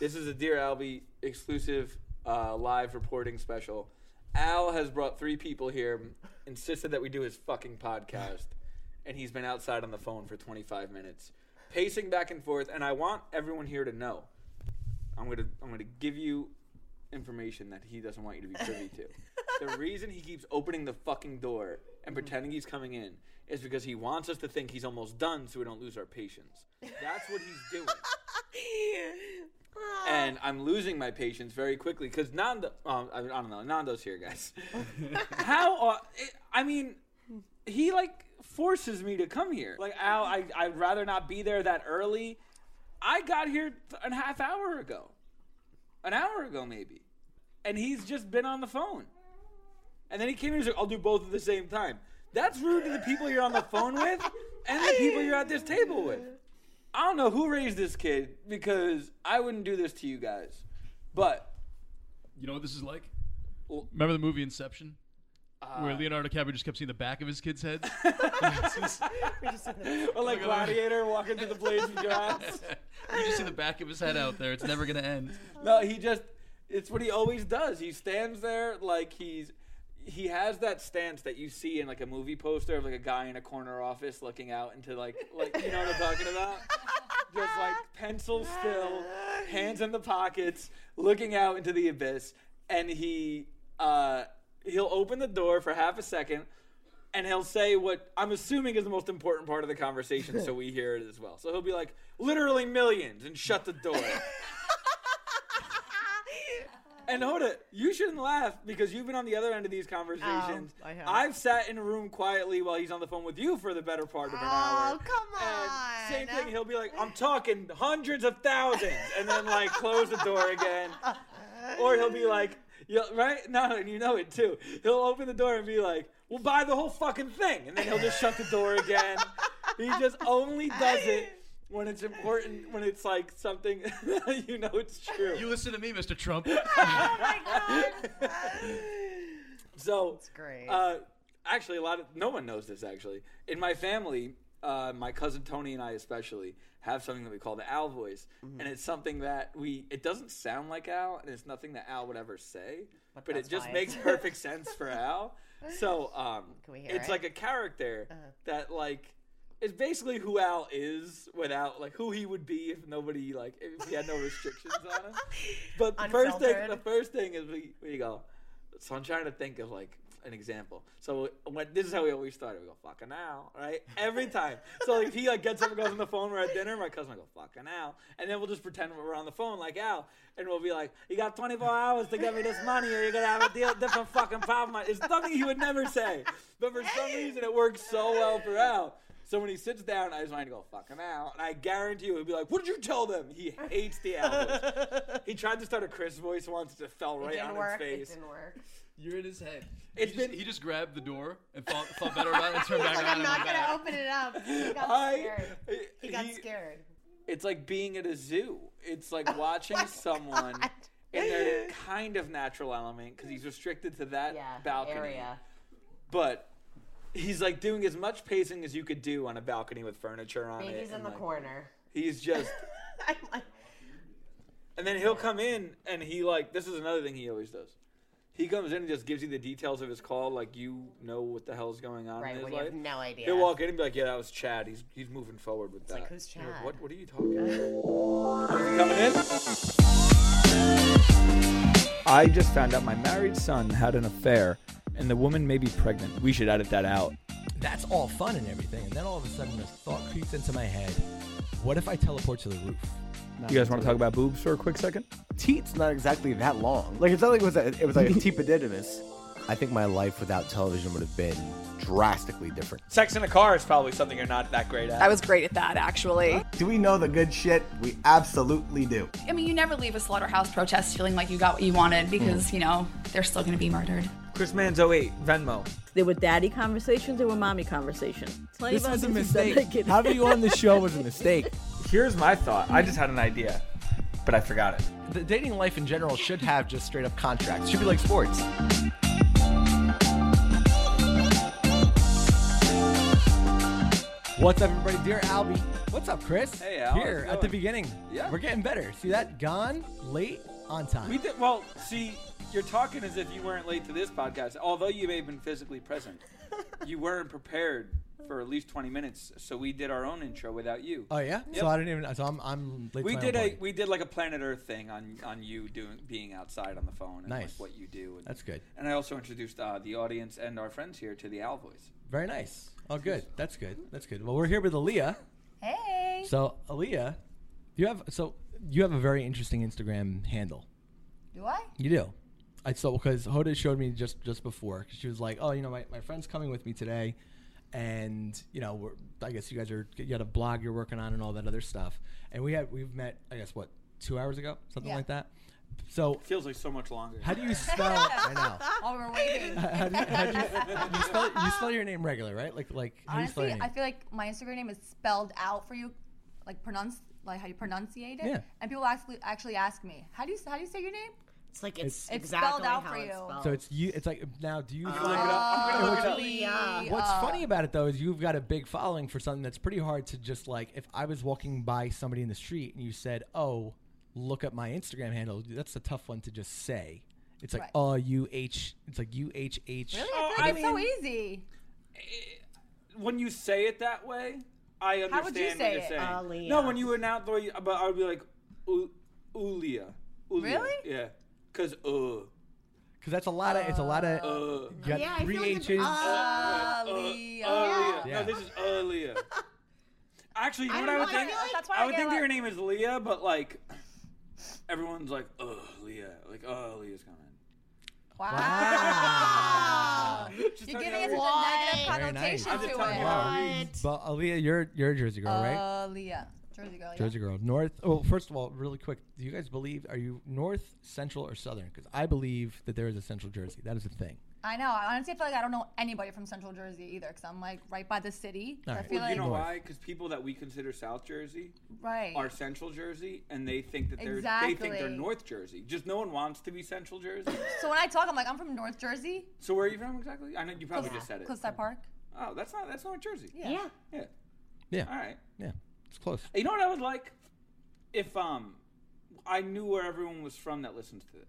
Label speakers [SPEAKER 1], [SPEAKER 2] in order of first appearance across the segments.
[SPEAKER 1] This is a Dear Albie exclusive uh, live reporting special. Al has brought three people here, insisted that we do his fucking podcast, and he's been outside on the phone for 25 minutes, pacing back and forth. And I want everyone here to know. I'm gonna I'm gonna give you information that he doesn't want you to be privy to. the reason he keeps opening the fucking door and pretending he's coming in is because he wants us to think he's almost done, so we don't lose our patience. That's what he's doing. and I'm losing my patience very quickly because Nando. Um, I, I don't know. Nando's here, guys. How? Uh, I mean, he like forces me to come here. Like, Al, I I'd rather not be there that early. I got here th- a half hour ago, an hour ago maybe, and he's just been on the phone. And then he came in and was like, "I'll do both at the same time." That's rude to the people you're on the phone with, and the people you're at this table with. I don't know who raised this kid because I wouldn't do this to you guys. But
[SPEAKER 2] You know what this is like? Remember the movie Inception? where Leonardo DiCaprio just kept seeing the back of his kids' heads? It's just-
[SPEAKER 1] or like Gladiator walking through the blades of grass.
[SPEAKER 2] you just see the back of his head out there. It's never going to end.
[SPEAKER 1] No, he just it's what he always does. He stands there like he's he has that stance that you see in like a movie poster of like a guy in a corner office looking out into like like you know what I'm talking about? Just like pencil still, hands in the pockets, looking out into the abyss, and he uh he'll open the door for half a second and he'll say what I'm assuming is the most important part of the conversation so we hear it as well. So he'll be like, literally millions and shut the door. And Hoda, you shouldn't laugh because you've been on the other end of these conversations.
[SPEAKER 3] Oh, I have.
[SPEAKER 1] I've sat in a room quietly while he's on the phone with you for the better part of an hour.
[SPEAKER 3] Oh, come on.
[SPEAKER 1] And same thing, he'll be like, I'm talking hundreds of thousands, and then like close the door again. Or he'll be like, yeah, right? No, and you know it too. He'll open the door and be like, we'll buy the whole fucking thing. And then he'll just shut the door again. he just only does it when it's important, when it's like something you know it's true.
[SPEAKER 2] You listen to me, Mr. Trump.
[SPEAKER 1] So
[SPEAKER 3] Great.
[SPEAKER 1] Uh, actually, a lot of no one knows this. Actually, in my family, uh, my cousin Tony and I especially have something that we call the Al voice,
[SPEAKER 3] Mm-hmm.
[SPEAKER 1] and it's something that we it doesn't sound like Al, and it's nothing that Al would ever say, but, it
[SPEAKER 3] that's
[SPEAKER 1] just
[SPEAKER 3] why
[SPEAKER 1] makes perfect sense for Al. So um,
[SPEAKER 3] Can we hear
[SPEAKER 1] it's
[SPEAKER 3] it? Uh-huh.
[SPEAKER 1] like a character that like. is basically who Al is without, like, who he would be if nobody, like, if he had no restrictions on him. But the first thing,
[SPEAKER 3] Unfiltered.
[SPEAKER 1] the first thing is we, we go. So I'm trying to think of like an example. So when this is how we always started. We go fucking Al, right? Every time. So like if he like gets up and goes on the phone, we're at dinner. My cousin will go fucking Al, and then we'll just pretend we're on the phone like Al, and we'll be like, "You got 24 hours to get me this money, or you're gonna have a deal, different fucking problem." It's something he would never say, but for some reason it works so well for Al. So when he sits down, I just want him to go fucking Al, and I guarantee you he'll be like, "What did you tell them?" He hates the Al. voice. he tried to start a Chris voice once, it just fell right on his face.
[SPEAKER 3] work.
[SPEAKER 2] You're in his head.
[SPEAKER 1] It's
[SPEAKER 2] he, just,
[SPEAKER 1] been-
[SPEAKER 2] he just grabbed the door and thought, thought better about it and turned back
[SPEAKER 3] Like,
[SPEAKER 2] around
[SPEAKER 3] I'm
[SPEAKER 2] and
[SPEAKER 3] not
[SPEAKER 2] went
[SPEAKER 3] going to
[SPEAKER 2] back.
[SPEAKER 3] open it up. He got scared.
[SPEAKER 1] eh,
[SPEAKER 3] He got scared. Oh
[SPEAKER 1] It's like being at a zoo. It's like watching someone kind of natural element because he's restricted to that
[SPEAKER 4] yeah,
[SPEAKER 1] balcony.
[SPEAKER 4] area.
[SPEAKER 1] But he's like doing as much pacing as you could do on a balcony with furniture on it.
[SPEAKER 4] Baby's in
[SPEAKER 1] and,
[SPEAKER 4] the
[SPEAKER 1] like,
[SPEAKER 4] corner.
[SPEAKER 1] He's just,
[SPEAKER 4] I'm like,
[SPEAKER 1] and then he'll come in and he like this is another thing he always does. He comes in and just gives you the details of his call, like you know what the hell's going on in
[SPEAKER 4] right,
[SPEAKER 1] his
[SPEAKER 4] when you
[SPEAKER 1] life.
[SPEAKER 4] have no idea.
[SPEAKER 1] He'll walk in and be like, "Yeah, that was Chad. He's he's moving forward with that."
[SPEAKER 4] like, who's
[SPEAKER 1] You're
[SPEAKER 4] Chad?
[SPEAKER 1] what What are you talking about? Is he coming in? I just found out my married son had an affair, and the woman may be pregnant. We should edit that out.
[SPEAKER 5] That's all fun and everything. And then all of a sudden, this thought creeps into my head What if I teleport to the roof?
[SPEAKER 1] You guys want to talk about boobs for a quick second?
[SPEAKER 6] Teet's not exactly that long. Like it's not like it was a, it was like a teepadidimus.
[SPEAKER 5] I think my life without television would have been drastically different.
[SPEAKER 1] Sex in a car is probably something you're not that great at.
[SPEAKER 7] I was great at that, actually.
[SPEAKER 6] Do we know the good shit? We absolutely do.
[SPEAKER 7] I mean, you never leave a slaughterhouse protest feeling like you got what you wanted because, you know, they're still going to be murdered.
[SPEAKER 1] Chris Manzo 8, Venmo.
[SPEAKER 8] There were daddy conversations, there were mommy conversations. Plenty
[SPEAKER 5] This
[SPEAKER 8] of
[SPEAKER 5] was a
[SPEAKER 8] other things that
[SPEAKER 5] mistake.
[SPEAKER 8] they get-
[SPEAKER 5] Having you on the show was a mistake.
[SPEAKER 1] Here's my thought. I just had an idea, but I forgot it.
[SPEAKER 5] The dating life in general should have just straight up contracts. should be like sports. What's up, everybody? Dear Albie. What's up, Chris?
[SPEAKER 1] Hey, Al, how's
[SPEAKER 5] Here
[SPEAKER 1] it
[SPEAKER 5] at the
[SPEAKER 1] going?
[SPEAKER 5] beginning.
[SPEAKER 1] Yeah.
[SPEAKER 5] We're getting better. See that? Gone, late, on time.
[SPEAKER 1] We did well. See, you're talking as if you weren't late to this podcast. Although you may have been physically present, you weren't prepared for at least 20 minutes. So we did our own intro without you.
[SPEAKER 5] oh, yeah? So I didn't even. So I'm, I'm late
[SPEAKER 1] we
[SPEAKER 5] to my
[SPEAKER 1] did
[SPEAKER 5] own
[SPEAKER 1] a
[SPEAKER 5] party.
[SPEAKER 1] we did like a planet Earth thing on on you doing being outside on the phone and
[SPEAKER 5] Nice.
[SPEAKER 1] like what you do. And,
[SPEAKER 5] That's good.
[SPEAKER 1] And I also introduced uh, the audience and our friends here to the Owl Voice.
[SPEAKER 5] Very nice. Oh, good. That's good. That's good. Well, we're here with Aaliyah. Hey. So, Aaliyah, you have so you have a very interesting Instagram handle.
[SPEAKER 3] Do I?
[SPEAKER 5] You do. I saw because Hoda showed me just just before. 'cause she was like, "Oh, you know, my, my friend's coming with me today, and you know, we're, I guess you guys are you got a blog you're working on and all that other stuff." And we had we've met, I guess, what two hours ago, something
[SPEAKER 3] Yeah.
[SPEAKER 5] like that. So,
[SPEAKER 1] Feels like so much longer.
[SPEAKER 5] how do you spell? I know.
[SPEAKER 3] While we're waiting.
[SPEAKER 5] How do you, how do you, you spell, you spell your name regular, right? Like like how do you spell
[SPEAKER 3] Honestly,
[SPEAKER 5] your name?
[SPEAKER 3] I feel like my Instagram name is spelled out for you, like pronounce, like how you pronunciate it.
[SPEAKER 5] Yeah.
[SPEAKER 3] And people actually actually ask me, how do you how do you say your name?
[SPEAKER 4] It's like it's,
[SPEAKER 3] It's
[SPEAKER 4] exactly
[SPEAKER 3] spelled out
[SPEAKER 4] how
[SPEAKER 3] for
[SPEAKER 4] it's
[SPEAKER 3] you.
[SPEAKER 4] spelled.
[SPEAKER 5] So it's you. It's like now. Do you? feel
[SPEAKER 3] Really,
[SPEAKER 5] What's
[SPEAKER 4] Ah.
[SPEAKER 3] uh,
[SPEAKER 5] funny about it though is you've got a big following for something that's pretty hard to just like. If I was walking by somebody in the street and you said, "Oh, look up my Instagram handle," that's a tough one to just say. It's like
[SPEAKER 3] Right.
[SPEAKER 5] oh u h. It's like u h h.
[SPEAKER 3] Really,
[SPEAKER 1] Oh,
[SPEAKER 3] I feel like
[SPEAKER 1] I
[SPEAKER 3] it's
[SPEAKER 1] mean-
[SPEAKER 3] so easy.
[SPEAKER 1] when you say it that way, I understand
[SPEAKER 3] How would you say
[SPEAKER 1] what you're
[SPEAKER 3] it?
[SPEAKER 1] saying.
[SPEAKER 4] Aaliyah.
[SPEAKER 1] No, when you announce the way, you- but I would be like, "U- Ulia. Ulia.
[SPEAKER 3] Really?
[SPEAKER 1] Yeah. Because, uh.
[SPEAKER 5] Because that's a lot of. It's a lot of. you got
[SPEAKER 4] Uh. Yeah, I
[SPEAKER 5] three
[SPEAKER 4] feel like it's-
[SPEAKER 5] h's.
[SPEAKER 1] Uh,
[SPEAKER 3] Aaliyah.
[SPEAKER 1] Aaliyah.
[SPEAKER 5] Yeah.
[SPEAKER 1] Uh, No, this is Aaliyah. Actually, you know
[SPEAKER 4] I
[SPEAKER 1] what I would
[SPEAKER 4] don't know, I
[SPEAKER 1] think?
[SPEAKER 4] feel like-
[SPEAKER 3] That's why
[SPEAKER 1] I
[SPEAKER 3] I
[SPEAKER 1] would
[SPEAKER 3] get
[SPEAKER 1] think
[SPEAKER 3] a
[SPEAKER 1] that
[SPEAKER 3] lot-
[SPEAKER 1] your name is Leah, but like, everyone's like, oh, Leah. Like, oh, Leah's coming.
[SPEAKER 3] Wow.
[SPEAKER 1] She's
[SPEAKER 3] You're
[SPEAKER 1] talking
[SPEAKER 3] giving us
[SPEAKER 1] about-
[SPEAKER 3] a negative
[SPEAKER 5] Very nice.
[SPEAKER 3] connotation
[SPEAKER 1] I'm just
[SPEAKER 3] to
[SPEAKER 1] talking
[SPEAKER 3] it.
[SPEAKER 1] about-
[SPEAKER 5] Wow. But Aaliyah, you're you're a Jersey girl, right?
[SPEAKER 3] Uh, Leah. Jersey girl. Yeah.
[SPEAKER 5] Jersey girl. North. Well, first of all, really quick, do you guys believe? Are you North, Central, or Southern? Because I believe that there is a Central Jersey. That is a thing.
[SPEAKER 3] I know. I honestly feel like I don't know anybody from Central Jersey either, because I'm like right by the city.
[SPEAKER 5] All
[SPEAKER 3] I
[SPEAKER 5] right.
[SPEAKER 3] feel
[SPEAKER 1] You
[SPEAKER 3] like
[SPEAKER 1] know
[SPEAKER 5] North.
[SPEAKER 1] why? Because people that we consider South Jersey
[SPEAKER 3] right.
[SPEAKER 1] are Central Jersey, and they think that they're they think they're
[SPEAKER 3] Exactly.
[SPEAKER 1] North Jersey. Just no one wants to be Central Jersey.
[SPEAKER 3] So when I talk, I'm like, I'm from North Jersey,
[SPEAKER 1] so where are you from exactly? I know you probably just said it.
[SPEAKER 3] Cliffside Park.
[SPEAKER 1] Oh, that's not that's North Jersey.
[SPEAKER 3] Yeah.
[SPEAKER 1] Yeah.
[SPEAKER 5] Yeah.
[SPEAKER 1] All right.
[SPEAKER 5] Yeah. It's close.
[SPEAKER 1] You know what I would like? If um, I knew where everyone was from that listens to this.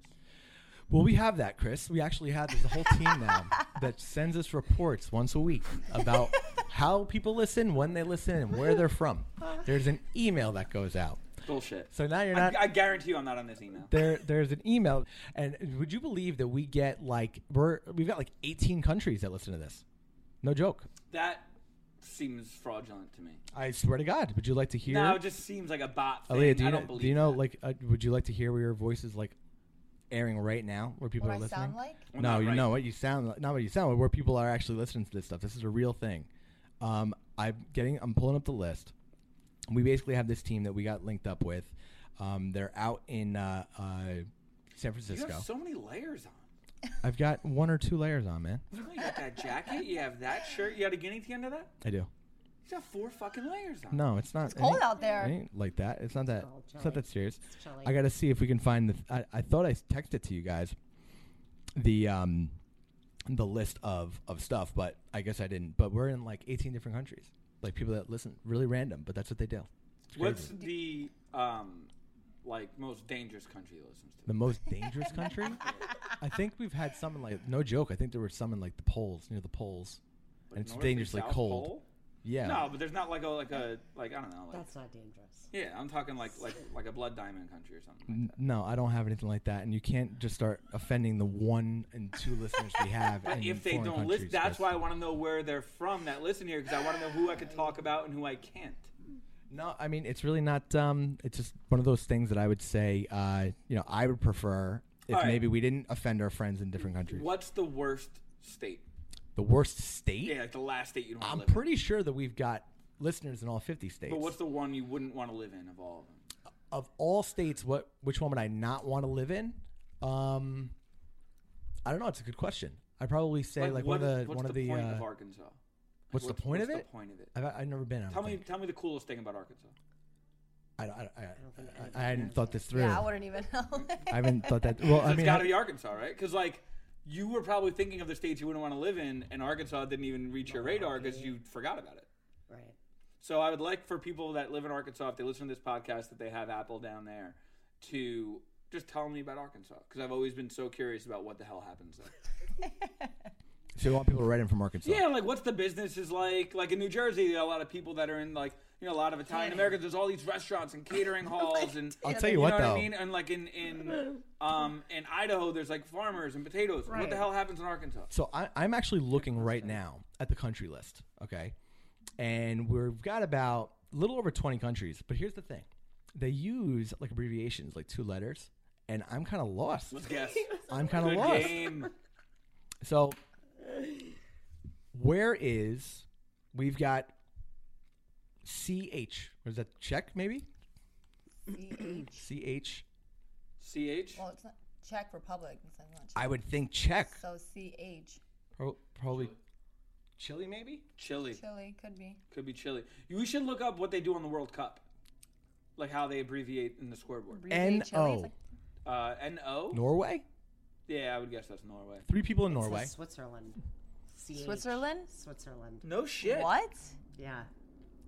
[SPEAKER 5] Well, we have that, Chris. We actually have there's a whole team now that sends us reports once a week about how people listen, when they listen, and where they're from. There's an email that goes out.
[SPEAKER 1] Bullshit.
[SPEAKER 5] So now you're
[SPEAKER 1] I,
[SPEAKER 5] not.
[SPEAKER 1] I guarantee you, I'm not on this email.
[SPEAKER 5] there, there's an email, and would you believe that we get like we're we've got like 18 countries that listen to this? No joke.
[SPEAKER 1] That seems fraudulent to me.
[SPEAKER 5] I swear to God. Would you like to hear?
[SPEAKER 1] No, it just seems like a bot thing.
[SPEAKER 5] Aaliyah, do
[SPEAKER 1] I
[SPEAKER 5] you
[SPEAKER 1] don't
[SPEAKER 5] know,
[SPEAKER 1] believe
[SPEAKER 5] do you know
[SPEAKER 1] that.
[SPEAKER 5] like uh, would you like to hear where your voice is like airing right now where people
[SPEAKER 3] What
[SPEAKER 5] are
[SPEAKER 3] I
[SPEAKER 5] listening?
[SPEAKER 3] sound like?
[SPEAKER 1] Well,
[SPEAKER 5] no,
[SPEAKER 1] not
[SPEAKER 5] you
[SPEAKER 1] right.
[SPEAKER 5] know what you sound like, not what you sound like, where people are actually listening to this stuff. This is a real thing. Um, I'm getting I'm pulling up the list. We basically have this team that we got linked up with. Um, they're out in uh, uh, San
[SPEAKER 1] you
[SPEAKER 5] Francisco.
[SPEAKER 1] have so many layers on.
[SPEAKER 5] I've got one or two layers on, man.
[SPEAKER 1] You got that jacket. You have that shirt. You had a guinea at the end of that.
[SPEAKER 5] I do.
[SPEAKER 1] He's got four fucking layers on.
[SPEAKER 5] No, it's not.
[SPEAKER 1] It's cold
[SPEAKER 5] it ain't-
[SPEAKER 1] out there.
[SPEAKER 5] it ain't like that. It's not that.
[SPEAKER 1] Oh,
[SPEAKER 5] it's not
[SPEAKER 1] Joey.
[SPEAKER 5] that serious.
[SPEAKER 1] It's Joey.
[SPEAKER 5] I gotta see if we can find the. Th- I, I thought I texted to you guys, the um, the list of of stuff, but I guess I didn't. But we're in like 18 different countries. Like people that listen, really random, but that's what they do. It's crazy.
[SPEAKER 1] What's the um, like most dangerous country that listens to?
[SPEAKER 5] the most dangerous country? I think we've had some in like no joke. I think there were some in like the poles near the poles, and it's
[SPEAKER 1] North
[SPEAKER 5] dangerously
[SPEAKER 1] South
[SPEAKER 5] cold.
[SPEAKER 1] Pole?
[SPEAKER 5] Yeah.
[SPEAKER 1] No, but there's not like a like a like I don't know. Like,
[SPEAKER 4] That's not dangerous.
[SPEAKER 1] Yeah, I'm talking like like like a blood diamond country or something.
[SPEAKER 5] N- No, I don't have anything like that, and you can't just start offending the one and two listeners we have.
[SPEAKER 1] But
[SPEAKER 5] in
[SPEAKER 1] if they
[SPEAKER 5] foreign
[SPEAKER 1] don't
[SPEAKER 5] countries,
[SPEAKER 1] listen, that's
[SPEAKER 5] Chris.
[SPEAKER 1] why I want to know where they're from that listen here because I want to know who I can talk about and who I can't.
[SPEAKER 5] No, I mean it's really not. Um, it's just one of those things that I would say. Uh, you know, I would prefer if
[SPEAKER 1] All right.
[SPEAKER 5] maybe we didn't offend our friends in different countries.
[SPEAKER 1] What's the worst state?
[SPEAKER 5] The worst state.
[SPEAKER 1] Yeah, like the last state you don't
[SPEAKER 5] I'm
[SPEAKER 1] want to live
[SPEAKER 5] pretty sure that we've got listeners in all 50
[SPEAKER 1] in.
[SPEAKER 5] states.
[SPEAKER 1] But what's the one you wouldn't want to live in of all of them?
[SPEAKER 5] of all states, what which one would I not want to live in? Um, I don't know. It's a good question. I'd probably say like, one
[SPEAKER 1] what
[SPEAKER 5] of
[SPEAKER 1] is-
[SPEAKER 5] the
[SPEAKER 1] what's
[SPEAKER 5] one
[SPEAKER 1] the
[SPEAKER 5] of the.
[SPEAKER 1] point
[SPEAKER 5] uh,
[SPEAKER 1] of Arkansas? Like,
[SPEAKER 5] what's the point of
[SPEAKER 1] what's
[SPEAKER 5] it?
[SPEAKER 1] The point of it.
[SPEAKER 5] I've, I've never been. I don't
[SPEAKER 1] Tell me,
[SPEAKER 5] think.
[SPEAKER 1] tell me the coolest thing about Arkansas.
[SPEAKER 5] I, don't- I, don't- I, I, I hadn't thought this through.
[SPEAKER 3] Yeah, I wouldn't even know.
[SPEAKER 5] I haven't thought that. Well,
[SPEAKER 1] So
[SPEAKER 5] I mean,
[SPEAKER 1] it's got to
[SPEAKER 5] I-
[SPEAKER 1] be Arkansas, right? Because like you were probably thinking of the states you wouldn't want to live in, and Arkansas didn't even reach your radar because you forgot about it.
[SPEAKER 4] Right.
[SPEAKER 1] So I would like for people that live in Arkansas, if they listen to this podcast, that they have Apple down there, to just tell me about Arkansas because I've always been so curious about what the hell happens there.
[SPEAKER 5] so you want people to write in from Arkansas?
[SPEAKER 1] Yeah, like what's the business is like? Like in New Jersey, there are a lot of people that are in like you know a lot of Italian Americans. There's all these restaurants and catering halls and
[SPEAKER 5] I'll tell you what,
[SPEAKER 1] know
[SPEAKER 5] though.
[SPEAKER 1] I mean? And like in in um in Idaho, there's like farmers and potatoes. What
[SPEAKER 5] Right.
[SPEAKER 1] the hell happens in Arkansas?
[SPEAKER 5] So I, I'm actually looking right now at the country list, okay? And we've got about a little over 20 countries. But here's the thing they use like abbreviations, like two letters. And I'm kind of lost.
[SPEAKER 1] Let's guess.
[SPEAKER 5] I'm kind of
[SPEAKER 1] Good
[SPEAKER 5] lost.
[SPEAKER 1] game.
[SPEAKER 5] So where is we've got CH? Was that Czech maybe? CH.
[SPEAKER 1] CH.
[SPEAKER 3] Well, it's not Czech Republic. It's not Czech.
[SPEAKER 5] I would think Czech.
[SPEAKER 3] So CH.
[SPEAKER 5] Pro- probably Chile maybe?
[SPEAKER 1] Chili.
[SPEAKER 3] Chile could be.
[SPEAKER 1] Could be chili. You- We should look up what they do on the World Cup, like how they abbreviate in the scoreboard.
[SPEAKER 5] N O.
[SPEAKER 1] Uh, N O.
[SPEAKER 5] Norway?
[SPEAKER 1] Yeah, I would guess that's Norway.
[SPEAKER 5] Three people in
[SPEAKER 4] It says
[SPEAKER 5] Norway.
[SPEAKER 4] Switzerland. CH.
[SPEAKER 3] Switzerland?
[SPEAKER 4] Switzerland.
[SPEAKER 1] No shit.
[SPEAKER 3] What?
[SPEAKER 4] Yeah.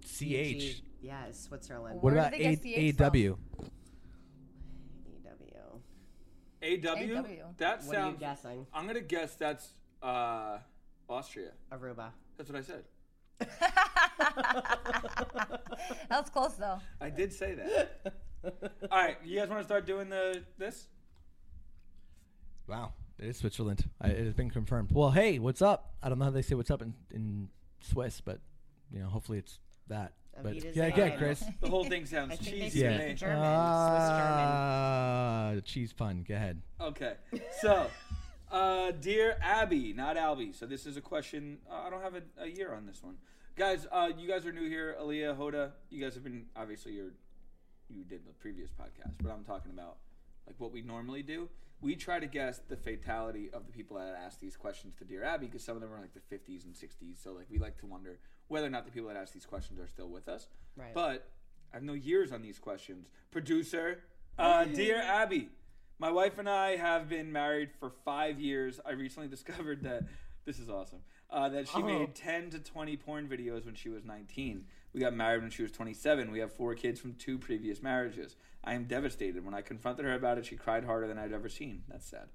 [SPEAKER 5] CH.
[SPEAKER 4] UG. Yeah, it's Switzerland.
[SPEAKER 5] What about A- AW?
[SPEAKER 4] AW.
[SPEAKER 1] A W.
[SPEAKER 4] AW.
[SPEAKER 1] That
[SPEAKER 4] What are you
[SPEAKER 1] sounds.
[SPEAKER 4] guessing?
[SPEAKER 1] I'm gonna guess that's uh, Austria.
[SPEAKER 4] Aruba.
[SPEAKER 1] That's what I said.
[SPEAKER 3] That was close though.
[SPEAKER 1] I did say that. All right, you guys want to start doing the this?
[SPEAKER 5] Wow. It is Switzerland. I, it has been confirmed. Well, hey, what's up? I don't know how they say what's up in, in Swiss, but you know, hopefully it's that. But
[SPEAKER 4] Avita's
[SPEAKER 5] yeah,
[SPEAKER 4] Bagel.
[SPEAKER 5] yeah, Chris.
[SPEAKER 1] The whole thing sounds
[SPEAKER 4] I think they
[SPEAKER 1] cheesy
[SPEAKER 4] speak
[SPEAKER 1] to me.
[SPEAKER 4] German,
[SPEAKER 5] Ah, cheese pun. Go ahead.
[SPEAKER 1] Okay, so, uh, dear Abby, not Albie. So this is a question. Uh, I don't have a, a year on this one, guys. Uh, you guys are new here. Aaliyah, Hoda. You guys have been obviously you're you did the previous podcast, but I'm talking about like what we normally do. We try to guess the fatality of the people that ask these questions to Dear Abby because some of them are like the 50s and 60s. So like we like to wonder whether or not the people that ask these questions are still with us.
[SPEAKER 4] Right.
[SPEAKER 1] But I have no years on these questions. Producer, uh, Dear Abby, my wife and I have been married for five years. I recently discovered that this is awesome. Uh, that she
[SPEAKER 9] Oh.
[SPEAKER 1] made 10 to 20 porn videos when she was 19. We got married when she was 27. We have four kids from two previous marriages. I am devastated. When I confronted her about it, she cried harder than I'd ever seen. That's sad.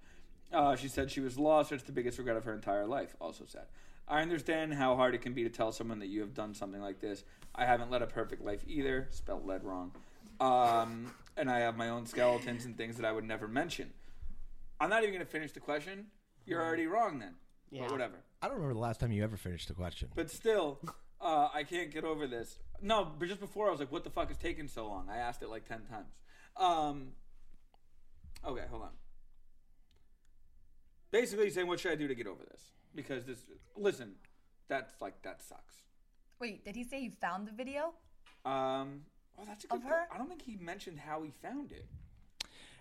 [SPEAKER 1] Uh, she said she was lost. It's the biggest regret of her entire life. Also sad. I understand how hard it can be to tell someone that you have done something like this. I haven't led a perfect life either. Spelled led wrong. Um, and I have my own skeletons and things that I would never mention. I'm not even going to finish the question. You're already wrong then.
[SPEAKER 5] Yeah.
[SPEAKER 1] But whatever.
[SPEAKER 5] I don't remember the last time you ever finished a question.
[SPEAKER 1] But still, uh, I can't get over this. No, but just before I was like, "What the fuck is taking so long?" I asked it like ten times. Um, okay, hold on. Basically, saying, "What should I do to get over this?" Because this, listen, that's like that sucks.
[SPEAKER 3] Wait, did he say he found the video?
[SPEAKER 1] Um, oh, that's a good. Her? I don't think he mentioned how he found it.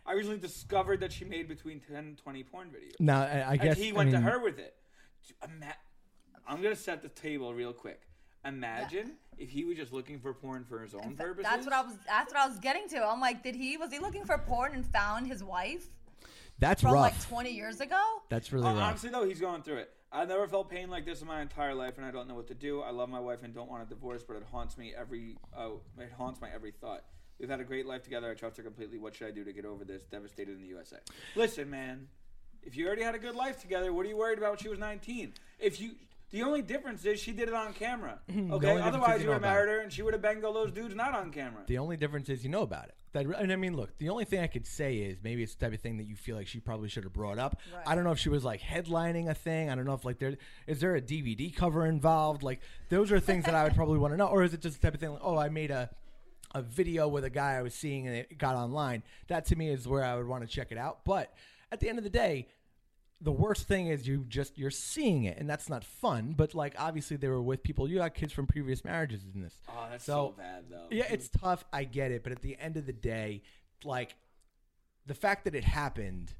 [SPEAKER 1] I recently discovered that she made between 10 and 20 porn videos.
[SPEAKER 5] Now, I- I
[SPEAKER 1] And
[SPEAKER 5] guess-
[SPEAKER 1] he
[SPEAKER 5] I
[SPEAKER 1] went
[SPEAKER 5] mean-
[SPEAKER 1] to her with it. Ima- I'm going to set the table real quick. Imagine if he was just looking for porn for his own purposes.
[SPEAKER 3] That's what I was. That's what I was getting to. I'm like, did he? Was he looking for porn and found his wife
[SPEAKER 5] That's
[SPEAKER 3] from
[SPEAKER 5] rough.
[SPEAKER 3] like 20 years ago?
[SPEAKER 5] That's really
[SPEAKER 1] Uh,
[SPEAKER 5] rough.
[SPEAKER 1] Honestly, though, he's going through it. I've never felt pain like this in my entire life, and I don't know what to do. I love my wife and don't want a divorce, but it haunts me every. Oh, it haunts my every thought. We've had a great life together. I trust her completely. What should I do to get over this? Devastated in the USA. Listen, man. If you already had a good life together, what are you worried about when she was 19? If you, the only difference is she did it on camera.
[SPEAKER 5] The only
[SPEAKER 1] Okay.
[SPEAKER 5] difference
[SPEAKER 1] Otherwise,
[SPEAKER 5] is
[SPEAKER 1] you would
[SPEAKER 5] you know
[SPEAKER 1] have
[SPEAKER 5] about
[SPEAKER 1] married her, and she would have banged all those dudes not on camera.
[SPEAKER 5] The only difference is you know about it. That, and I mean, look, the only thing I could say is maybe it's the type of thing that you feel like she probably should have brought up. I don't know if she was like headlining a thing. I don't know if like there is there a DVD cover involved. Like those are things that I would probably want to know, or is it just the type of thing? Like, oh, I made a a video with a guy I was seeing and it got online. That to me is where I would want to check it out. But at the end of the day, the worst thing is you just you're seeing it and that's not fun but like obviously they were with people you got kids from previous marriages in this
[SPEAKER 1] Oh, that's so bad, though.
[SPEAKER 5] yeah it's tough i get it but at the end of the day like the fact that it happened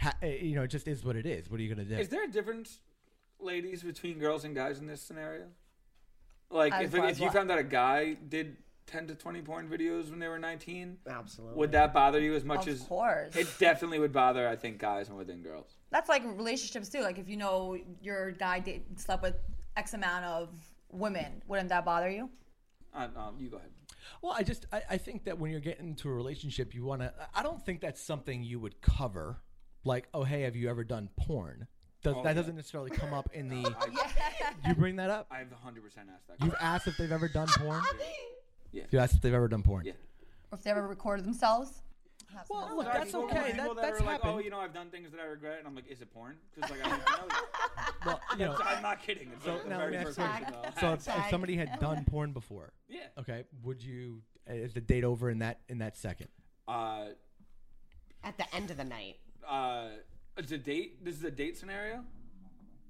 [SPEAKER 5] ha- eh, you know it just is what it is what are you gonna do
[SPEAKER 1] Is there a difference, ladies, between girls and guys in this scenario? Like,
[SPEAKER 5] As
[SPEAKER 1] if,
[SPEAKER 5] far
[SPEAKER 1] if
[SPEAKER 5] as
[SPEAKER 1] you
[SPEAKER 5] what?
[SPEAKER 1] found out a guy did 10 to 20 porn videos when they were 19,
[SPEAKER 4] absolutely.
[SPEAKER 1] would that bother you as much
[SPEAKER 3] Of
[SPEAKER 1] as.
[SPEAKER 3] course.
[SPEAKER 1] It definitely would bother, I think, guys more than girls.
[SPEAKER 3] That's like relationships too. Like if you know your guy date, slept with X amount of women, wouldn't that bother you?
[SPEAKER 1] Uh, um, you go ahead.
[SPEAKER 5] Well, I just I, I think that when you're getting into a relationship, you want to. I don't think that's something you would cover, like, oh hey, have you ever done porn? Does,
[SPEAKER 1] Oh,
[SPEAKER 5] that
[SPEAKER 1] yeah.
[SPEAKER 5] doesn't necessarily come up in the.
[SPEAKER 1] I-
[SPEAKER 5] You bring that up.
[SPEAKER 1] I've 100% asked that
[SPEAKER 5] You've
[SPEAKER 1] question.
[SPEAKER 5] asked if they've ever done porn.
[SPEAKER 1] Yeah.
[SPEAKER 5] You asked if they've ever done porn. Yeah.
[SPEAKER 3] Or if they ever recorded themselves?
[SPEAKER 5] Well,
[SPEAKER 1] So
[SPEAKER 5] look,
[SPEAKER 1] I've
[SPEAKER 5] that's
[SPEAKER 1] spoken to
[SPEAKER 5] okay.
[SPEAKER 1] people
[SPEAKER 5] That, that's
[SPEAKER 1] are like, oh,
[SPEAKER 5] happened.
[SPEAKER 1] you know, I've done things that I regret, and I'm like, is it porn? Because like, I don't know.
[SPEAKER 5] Well, you know-
[SPEAKER 1] I'm not kidding. It's
[SPEAKER 5] So
[SPEAKER 1] like the
[SPEAKER 5] now let
[SPEAKER 1] very
[SPEAKER 5] me ask
[SPEAKER 1] first
[SPEAKER 5] you-
[SPEAKER 1] question, though.
[SPEAKER 5] so if, if somebody had done porn before,
[SPEAKER 1] Yeah.
[SPEAKER 5] Okay, would you is the date over in that in that second?
[SPEAKER 1] Uh,
[SPEAKER 4] At the end of the night.
[SPEAKER 1] uh, it's a date. This is a date scenario.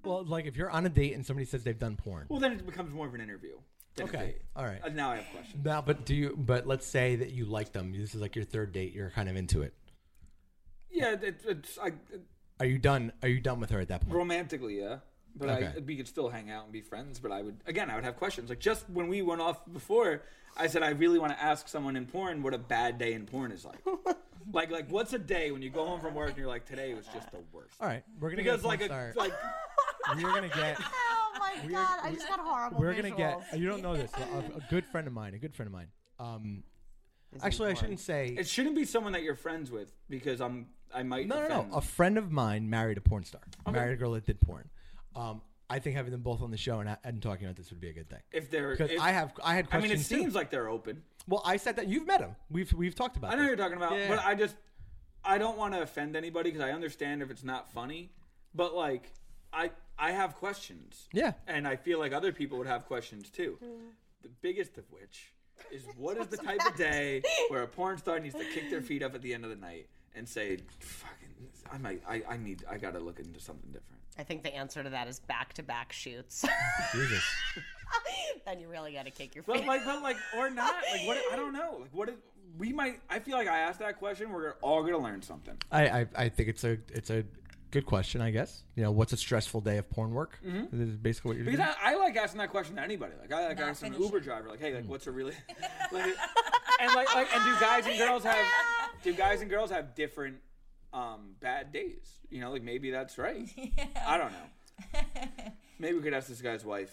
[SPEAKER 5] Well, like if you're on a date and somebody says they've done porn.
[SPEAKER 1] Well, then it becomes more of an interview. than a
[SPEAKER 5] Okay.
[SPEAKER 1] date.
[SPEAKER 5] All right.
[SPEAKER 1] Uh, now I have questions.
[SPEAKER 5] Now, but do you? But let's say that you like them. This is like your third date. You're kind of into it.
[SPEAKER 1] Yeah, it, it's I, it-
[SPEAKER 5] Are you done? Are you done with her at that point?
[SPEAKER 1] romantically, yeah. But I,
[SPEAKER 5] Okay.
[SPEAKER 1] we could still hang out and be friends. But I would again, I would have questions. Like just when we went off before, I said I really want to ask someone in porn what a bad day in porn is like. like like what's a day when you go home from work and you're like today was just the worst.
[SPEAKER 5] All right, we're gonna
[SPEAKER 1] because
[SPEAKER 5] get a
[SPEAKER 1] like
[SPEAKER 5] porn
[SPEAKER 1] a,
[SPEAKER 5] star.
[SPEAKER 1] like
[SPEAKER 5] we're gonna get.
[SPEAKER 4] Oh my god! I just got horrible.
[SPEAKER 5] We're gonna get. You don't know this. A, a good friend of mine. A good friend of mine. Um, actually, I shouldn't say.
[SPEAKER 1] it shouldn't be someone that you're friends with because I'm I might
[SPEAKER 5] No, no,
[SPEAKER 1] offend.
[SPEAKER 5] no. A friend of mine married a porn star. Married a girl that did porn. Um, I think having them both on the show and, and talking about this would be a good thing.
[SPEAKER 1] if they're
[SPEAKER 5] because
[SPEAKER 1] if-
[SPEAKER 5] I have I had.
[SPEAKER 1] I mean,
[SPEAKER 5] Questions
[SPEAKER 1] it
[SPEAKER 5] too.
[SPEAKER 1] seems like they're open.
[SPEAKER 5] Well, I said that you've met him. We've we've talked about.
[SPEAKER 1] I know
[SPEAKER 5] this.
[SPEAKER 1] what you're talking about,
[SPEAKER 5] Yeah.
[SPEAKER 1] but I just I don't want to offend anybody because I understand if it's not funny, but like I I have questions.
[SPEAKER 5] Yeah.
[SPEAKER 1] and I feel like other people would have questions too. The biggest of which is what is the type of day where a porn star needs to kick their feet up at the end of the night and say, "Fucking, I might, I, I need, I gotta look into something different."
[SPEAKER 4] I think the answer to that is back-to-back shoots.
[SPEAKER 5] Jesus.
[SPEAKER 4] then you really got to kick your feet.
[SPEAKER 1] But like, but like, or not? Like, what? I don't know. Like, what is? We might. I feel like I asked that question. We're all gonna learn something.
[SPEAKER 5] I, I I think it's a it's a good question. I guess you know what's a stressful day of porn work.
[SPEAKER 1] Mhm.
[SPEAKER 5] This is basically what you're
[SPEAKER 1] Because
[SPEAKER 5] doing.
[SPEAKER 1] I, I like asking that question to anybody. Like I like
[SPEAKER 3] Not
[SPEAKER 1] asking an
[SPEAKER 3] finishing.
[SPEAKER 1] Uber driver, like, hey,
[SPEAKER 5] Hmm.
[SPEAKER 1] like, what's a really, like, and like, like, and do guys and girls have, do guys and girls have different, um, bad days? You know, like maybe that's right. I don't know. Maybe we could ask this guy's wife.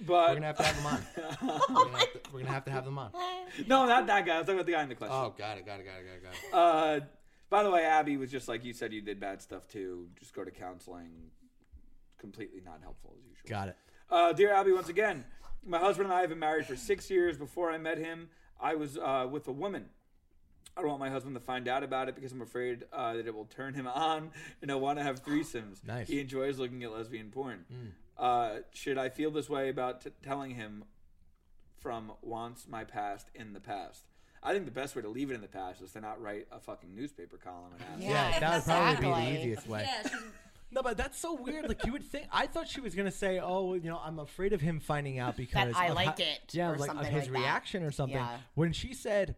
[SPEAKER 1] But
[SPEAKER 5] we're gonna have to have them on. we're, gonna have to, we're gonna have to have them on.
[SPEAKER 1] No, not that guy. I was talking about the guy in the question.
[SPEAKER 5] Oh, got it, got it, got it, got it, got it.
[SPEAKER 1] Uh, by the way, Abby was just like you said. You did bad stuff too. Just go to counseling. Completely not helpful as usual.
[SPEAKER 5] Got it.
[SPEAKER 1] Uh, dear Abby, once again, my husband and I have been married for six years. Before I met him, I was uh, with a woman. I don't want my husband to find out about it because I'm afraid uh, that it will turn him on and I want to have threesomes.
[SPEAKER 5] Nice. Mm.
[SPEAKER 1] He enjoys looking at lesbian porn. Uh, should I feel this way about t- telling him from once my past in the past? I think the best way to leave it in the past is to not write a fucking newspaper column and ask.
[SPEAKER 5] Yeah, that would probably be
[SPEAKER 4] exactly.
[SPEAKER 5] the easiest way. No, but that's so weird. Like you would think. I thought she was gonna say, "Oh, you know, I'm afraid of him finding out because
[SPEAKER 4] I
[SPEAKER 5] of
[SPEAKER 4] like
[SPEAKER 5] how-
[SPEAKER 4] it,
[SPEAKER 5] Yeah,
[SPEAKER 4] or
[SPEAKER 5] like of
[SPEAKER 4] something
[SPEAKER 5] his
[SPEAKER 4] like that.
[SPEAKER 5] reaction or something.
[SPEAKER 4] Yeah.
[SPEAKER 5] When she said,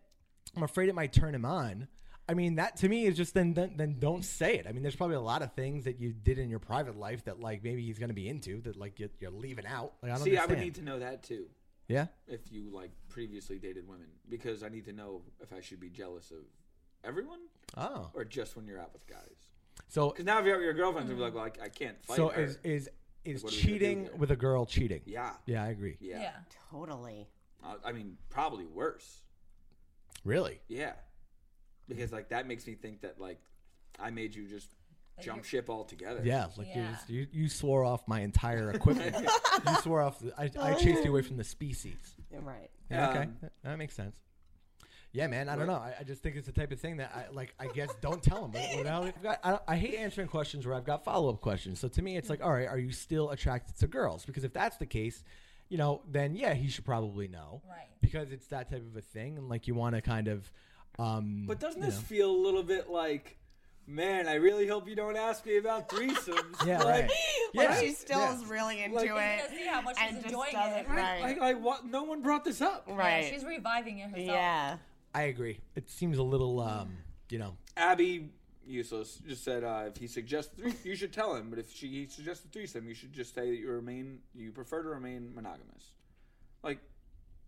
[SPEAKER 5] "I'm afraid it might turn him on," I mean, that to me is just then, then then don't say it. I mean, there's probably a lot of things that you did in your private life that like maybe he's gonna be into that like you're, you're leaving out. Like, I don't
[SPEAKER 1] See, I would
[SPEAKER 5] understand.
[SPEAKER 1] need to know that too.
[SPEAKER 5] Yeah?
[SPEAKER 1] If you like previously dated women, because I need to know if I should be jealous of everyone.
[SPEAKER 5] Oh.
[SPEAKER 1] Or just when you're out with guys.
[SPEAKER 5] So-
[SPEAKER 1] because now if you're out with your girlfriends, you're like,
[SPEAKER 4] Mm-hmm.
[SPEAKER 1] well, I, I can't fight
[SPEAKER 5] So
[SPEAKER 1] her.
[SPEAKER 5] is is is
[SPEAKER 1] What are we gonna do
[SPEAKER 5] cheating
[SPEAKER 1] here?
[SPEAKER 5] with a girl cheating?
[SPEAKER 1] Yeah.
[SPEAKER 5] Yeah, I agree.
[SPEAKER 1] Yeah.
[SPEAKER 4] Totally.
[SPEAKER 1] Uh, I mean, probably worse.
[SPEAKER 5] Really?
[SPEAKER 1] Yeah. Because like that makes me think that like I made you just jump ship altogether.
[SPEAKER 5] Yeah, like You, just, you you swore off my entire equipment. you swore off. The, I, I chased you away from the species.
[SPEAKER 4] You're right.
[SPEAKER 5] Yeah, okay,
[SPEAKER 1] Um,
[SPEAKER 5] that, that makes sense. Yeah, man. I don't know. I, I just think it's the type of thing that I like. I guess don't tell them. But without, I've got- I, I hate answering questions where I've got follow up questions. So to me, it's like, all right, are you still attracted to girls? Because if that's the case, you know, then yeah, he should probably know. Right. Because it's that type of a thing, and like you want to kind of. Um,
[SPEAKER 1] But doesn't
[SPEAKER 5] you
[SPEAKER 1] this
[SPEAKER 5] know.
[SPEAKER 1] feel a little bit like, man, I really hope you don't ask me about threesomes?
[SPEAKER 5] Yeah,
[SPEAKER 1] like,
[SPEAKER 5] right.
[SPEAKER 4] Like,
[SPEAKER 1] yeah.
[SPEAKER 4] she still
[SPEAKER 1] Yeah.
[SPEAKER 4] is really into
[SPEAKER 1] Like-
[SPEAKER 4] it.
[SPEAKER 1] Isn't
[SPEAKER 3] that- see how much
[SPEAKER 4] and
[SPEAKER 3] she's
[SPEAKER 4] just
[SPEAKER 3] enjoying
[SPEAKER 4] doesn't-
[SPEAKER 3] it.
[SPEAKER 4] Right.
[SPEAKER 1] Like, like what? No one brought this up.
[SPEAKER 4] Right.
[SPEAKER 3] Yeah, she's reviving it herself.
[SPEAKER 4] Yeah.
[SPEAKER 5] I agree. It seems a little, um, you know,
[SPEAKER 1] Abby, useless, just said uh, if he suggests three, you should tell him. But if she he suggests a threesome, you should just say that you remain, you prefer to remain monogamous. Like,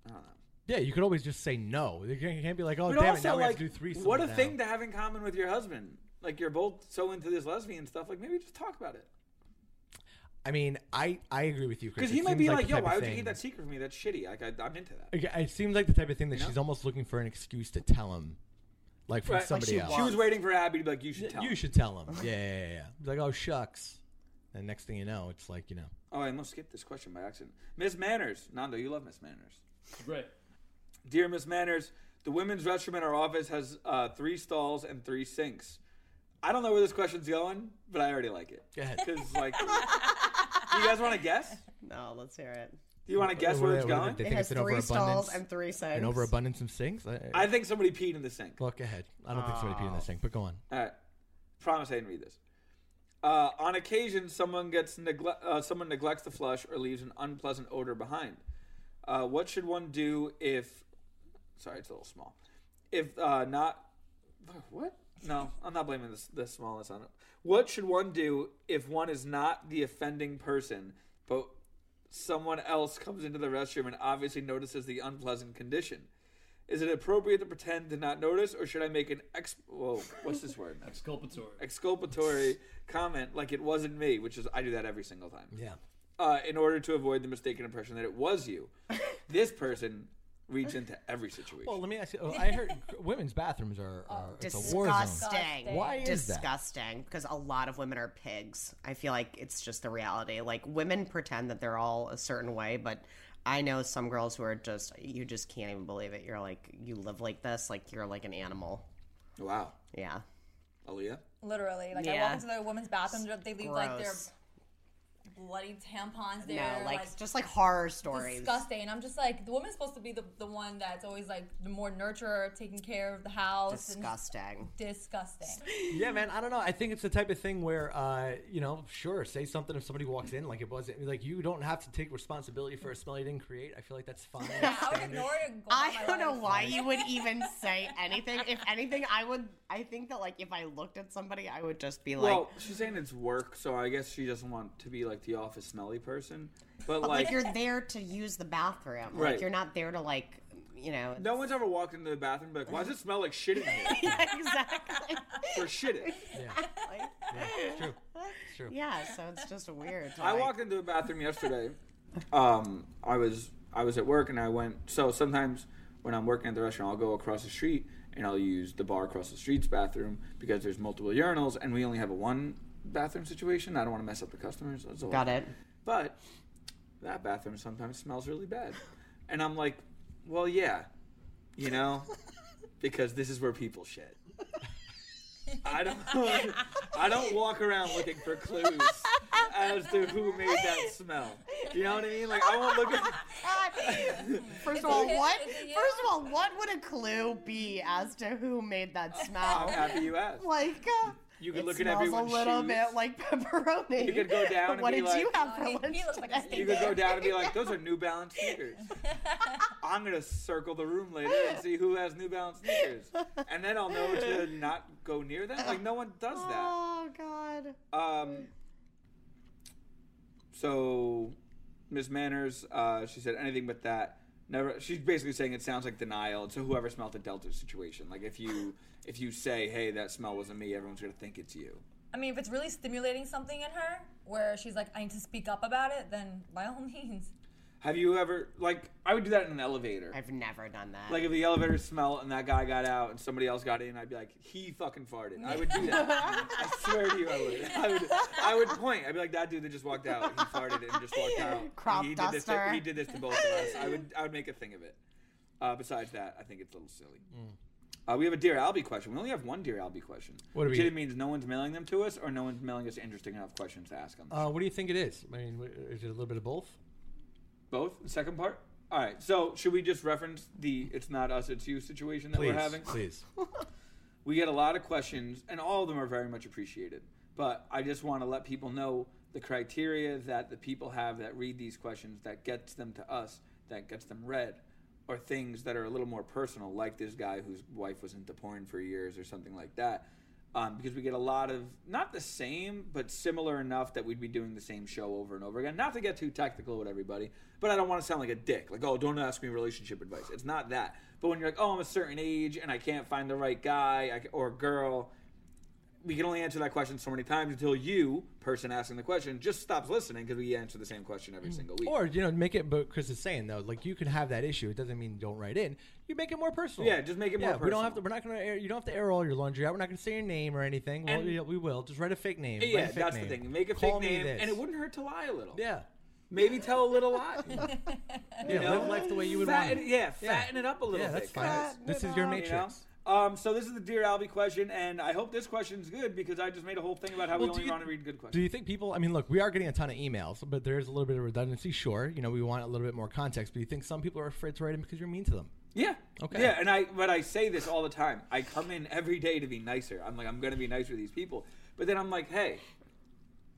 [SPEAKER 1] I don't know.
[SPEAKER 5] yeah, you could always just say no. You can't you can't be like, oh,
[SPEAKER 1] but
[SPEAKER 5] damn it,
[SPEAKER 1] also,
[SPEAKER 5] now we have
[SPEAKER 1] like,
[SPEAKER 5] to do threesomes
[SPEAKER 1] what a
[SPEAKER 5] now.
[SPEAKER 1] thing to have in common with your husband. Like, you're both so into this lesbian stuff. Like, maybe just talk about it.
[SPEAKER 5] I mean, I I agree with you
[SPEAKER 1] Because
[SPEAKER 5] because
[SPEAKER 1] he might be like, yo, why would you
[SPEAKER 5] thing,
[SPEAKER 1] keep that secret from me? That's shitty. Like, I, I'm into that.
[SPEAKER 5] Okay, It seems like the type of thing that she's almost looking for an excuse to tell him, like from
[SPEAKER 1] Right, like,
[SPEAKER 5] somebody
[SPEAKER 1] she,
[SPEAKER 5] else.
[SPEAKER 1] she was waiting for Abby to be like, you should tell
[SPEAKER 5] you
[SPEAKER 1] him. Uh-huh.
[SPEAKER 5] should tell him. Yeah, yeah, yeah, yeah. He's like, oh shucks. And next thing you know, it's like you know.
[SPEAKER 1] Oh, I almost skipped this question by accident. Miss Manners. Nando, you love Miss Manners.
[SPEAKER 2] Right.
[SPEAKER 1] Dear Miss Manners, the women's restroom in our office has uh, three stalls and three sinks. I don't know where this question's going, but I already like it.
[SPEAKER 5] Go ahead.
[SPEAKER 1] Because, like, do you guys want to guess?
[SPEAKER 4] No, let's hear it.
[SPEAKER 1] Do you want to guess where it's
[SPEAKER 5] What do they- what
[SPEAKER 1] going?
[SPEAKER 5] do They
[SPEAKER 4] It
[SPEAKER 5] think
[SPEAKER 4] has
[SPEAKER 5] it's an
[SPEAKER 4] three
[SPEAKER 5] overabundance
[SPEAKER 4] stalls and three sinks.
[SPEAKER 5] An overabundance of sinks. I,
[SPEAKER 1] I think somebody peed in the sink.
[SPEAKER 5] look ahead. I don't think somebody peed in the
[SPEAKER 1] Oh.
[SPEAKER 5] sink, but go on.
[SPEAKER 1] All right. Promise I didn't read this. Uh, on occasion, someone gets negle- uh, someone neglects to flush or leaves an unpleasant odor behind. Uh, what should one do if? Sorry, it's a little small. If uh, not, what? No, I'm not blaming this the smallness on it. What should one do if one is not the offending person, but someone else comes into the restroom and obviously notices the unpleasant condition? Is it appropriate to pretend to not notice, or should I make an ex? Whoa, what's this word?
[SPEAKER 2] Exculpatory.
[SPEAKER 1] Exculpatory comment, like it wasn't me, which is I do that every single time.
[SPEAKER 5] Yeah.
[SPEAKER 1] Uh, in order to avoid the mistaken impression that it was you, this person reads into every situation.
[SPEAKER 5] Well, let me ask you. oh, I heard women's bathrooms are, are it's a war zone.
[SPEAKER 4] Oh, disgusting.
[SPEAKER 5] Why is that?
[SPEAKER 4] disgusting? Because a lot of women are pigs. I feel like it's just the reality. Like women pretend that they're all a certain way, but I know some girls who are just you just can't even believe it. You're like you live like this, like you're like an animal.
[SPEAKER 1] wow,
[SPEAKER 4] Yeah.
[SPEAKER 1] Aaliyah.
[SPEAKER 3] Literally, like I
[SPEAKER 4] Yeah.
[SPEAKER 3] walk into the women's bathroom, they leave like their
[SPEAKER 4] Gross.
[SPEAKER 3] bloody tampons
[SPEAKER 4] No,
[SPEAKER 3] there,
[SPEAKER 4] like, just like horror stories.
[SPEAKER 3] disgusting. And I'm just like, the woman's supposed to be the, the one that's always like the more nurturer, taking care of the house.
[SPEAKER 4] Disgusting.
[SPEAKER 3] And disgusting.
[SPEAKER 5] yeah, man. I don't know. I think it's the type of thing where, uh, you know, sure, say something if somebody walks in like it wasn't. Like you don't have to take responsibility for a smell you didn't create. I feel like that's fine. that's standard.
[SPEAKER 4] I don't know why you would even say anything. If anything, I would. I think that like if I looked at somebody, I would just be like,
[SPEAKER 1] well, she's saying it's work, so I guess she doesn't want to be like the office smelly person. But,
[SPEAKER 4] but like,
[SPEAKER 1] like,
[SPEAKER 4] you're there to use the bathroom.
[SPEAKER 1] Right.
[SPEAKER 4] Like you're not there to like, you know.
[SPEAKER 1] no one's ever walked into the bathroom and be like, why does it smell like shit in here?
[SPEAKER 4] exactly.
[SPEAKER 1] Or shitting.
[SPEAKER 5] Yeah, it's true. It's true.
[SPEAKER 4] Yeah, so it's just weird.
[SPEAKER 1] I
[SPEAKER 4] like-
[SPEAKER 1] walked into a bathroom yesterday. Um, I was I was at work and I went. So sometimes when I'm working at the restaurant, I'll go across the street and I'll use the bar across the street's bathroom because there's multiple urinals and we only have a one bathroom situation. I don't want to mess up the customers. That's all.
[SPEAKER 4] Got it.
[SPEAKER 1] But that bathroom sometimes smells really bad, and I'm like, well, yeah, you know, because this is where people shit. I don't. I don't walk around looking for clues as to who made that smell. You know what I mean? Like I won't look at.
[SPEAKER 4] "Ah, First
[SPEAKER 1] It's
[SPEAKER 4] of all,
[SPEAKER 1] okay,
[SPEAKER 4] what?
[SPEAKER 1] it's okay.
[SPEAKER 4] First of all, what would a clue be as to who made that smell?
[SPEAKER 1] I'm happy you asked.
[SPEAKER 4] Like, uh,
[SPEAKER 1] You could
[SPEAKER 4] it
[SPEAKER 1] look at
[SPEAKER 4] smells
[SPEAKER 1] everyone's
[SPEAKER 4] a little
[SPEAKER 1] shoes.
[SPEAKER 4] bit like pepperoni.
[SPEAKER 1] You could go down and
[SPEAKER 4] what
[SPEAKER 1] be
[SPEAKER 4] did
[SPEAKER 1] like- "Oh,
[SPEAKER 4] you have for
[SPEAKER 3] he- he
[SPEAKER 4] lunch?
[SPEAKER 3] looks like a
[SPEAKER 4] today?
[SPEAKER 1] You could go down and be like, "Those are New Balance sneakers." I'm gonna circle the room later and see who has New Balance sneakers, and then I'll know to not go near them. Like no one does that.
[SPEAKER 4] Oh God.
[SPEAKER 1] Um. So, Miss Manners, uh, she said anything but that. Never. She's basically saying it sounds like denial. So whoever smelled the Delta situation, like if you if you say, "Hey, that smell wasn't me," everyone's gonna think it's you.
[SPEAKER 3] I mean, if it's really stimulating something in her where she's like, I need to speak up about it, then by all means.
[SPEAKER 1] Have you ever like I would do that in an elevator.
[SPEAKER 4] I've never done that.
[SPEAKER 1] Like if the elevator smelled and that guy got out and somebody else got in, I'd be like, he fucking farted. I would do that. I swear to you, I would. I would. I would point. I'd be like, that dude that just walked out, he farted and just walked out.
[SPEAKER 4] Crop
[SPEAKER 1] he did this. To,
[SPEAKER 4] duster.
[SPEAKER 1] he did this to both of us. I would. I would make a thing of it. Uh, besides that, I think it's a little silly.
[SPEAKER 5] Mm.
[SPEAKER 1] Uh, we have a Dear Albie question. We only have one Dear Albie question.
[SPEAKER 5] What do
[SPEAKER 1] Which
[SPEAKER 5] we-
[SPEAKER 1] either means no one's mailing them to us or no one's mailing us interesting enough questions to ask them.
[SPEAKER 5] Uh, what do you think it is? I mean, wh- is it a little bit of both?
[SPEAKER 1] Both? The second part? All right. So should we just reference the "it's not us, it's you" situation that
[SPEAKER 5] Please,
[SPEAKER 1] we're having?
[SPEAKER 5] please.
[SPEAKER 1] we get a lot of questions, and all of them are very much appreciated. But I just want to let people know the criteria that the people have that read these questions that gets them to us, that gets them read, are things that are a little more personal, like this guy whose wife was into porn for years or something like that. Um, because we get a lot of not the same, but similar enough that we'd be doing the same show over and over again. Not to get too technical with everybody, but I don't want to sound like a dick. Like, oh, don't ask me relationship advice. It's not that. But when you're like, oh, I'm a certain age and I can't find the right guy I c- or girl, we can only answer that question so many times until you, person asking the question, just stops listening because we answer the same question every single week.
[SPEAKER 5] Mm. Or you know, make it. But Chris is saying though, like you can have that issue. It doesn't mean don't write in. You make it more personal.
[SPEAKER 1] Yeah, just make it
[SPEAKER 5] Yeah,
[SPEAKER 1] more
[SPEAKER 5] We don't have
[SPEAKER 1] personal.
[SPEAKER 5] to. We're not gonna. Air, you don't have to air all your laundry out. We're not gonna say your name or anything. Well,
[SPEAKER 1] And-
[SPEAKER 5] yeah, we will. Just write a fake name. Write a
[SPEAKER 1] yeah,
[SPEAKER 5] fake
[SPEAKER 1] that's
[SPEAKER 5] name.
[SPEAKER 1] the thing. Make a
[SPEAKER 5] Call
[SPEAKER 1] fake
[SPEAKER 5] me
[SPEAKER 1] name,
[SPEAKER 5] this.
[SPEAKER 1] and it wouldn't hurt to lie a little.
[SPEAKER 5] Yeah.
[SPEAKER 1] Maybe tell a little lie.
[SPEAKER 5] Yeah, live life the way you would
[SPEAKER 1] fatten,
[SPEAKER 5] want it.
[SPEAKER 1] Yeah,
[SPEAKER 5] Yeah.
[SPEAKER 1] fatten it up a little
[SPEAKER 5] Yeah, that's
[SPEAKER 1] bit.
[SPEAKER 5] fine.
[SPEAKER 1] guys.
[SPEAKER 5] This is your matrix.
[SPEAKER 1] Um, so this is the Dear Albie question, and I hope this question's good because I just made a whole thing about how we
[SPEAKER 5] Well, do
[SPEAKER 1] only
[SPEAKER 5] you-
[SPEAKER 1] want to read good questions.
[SPEAKER 5] Do you think people? I mean, look, we are getting a ton of emails, but there is a little bit of redundancy. Sure, you know, we want a little bit more context. But you think some people are afraid to write in because you're mean to them?
[SPEAKER 1] Yeah.
[SPEAKER 5] Okay.
[SPEAKER 1] Yeah, and I but I say this all the time. I come in every day to be nicer. I'm like, I'm gonna be nicer to these people. But then I'm like, hey,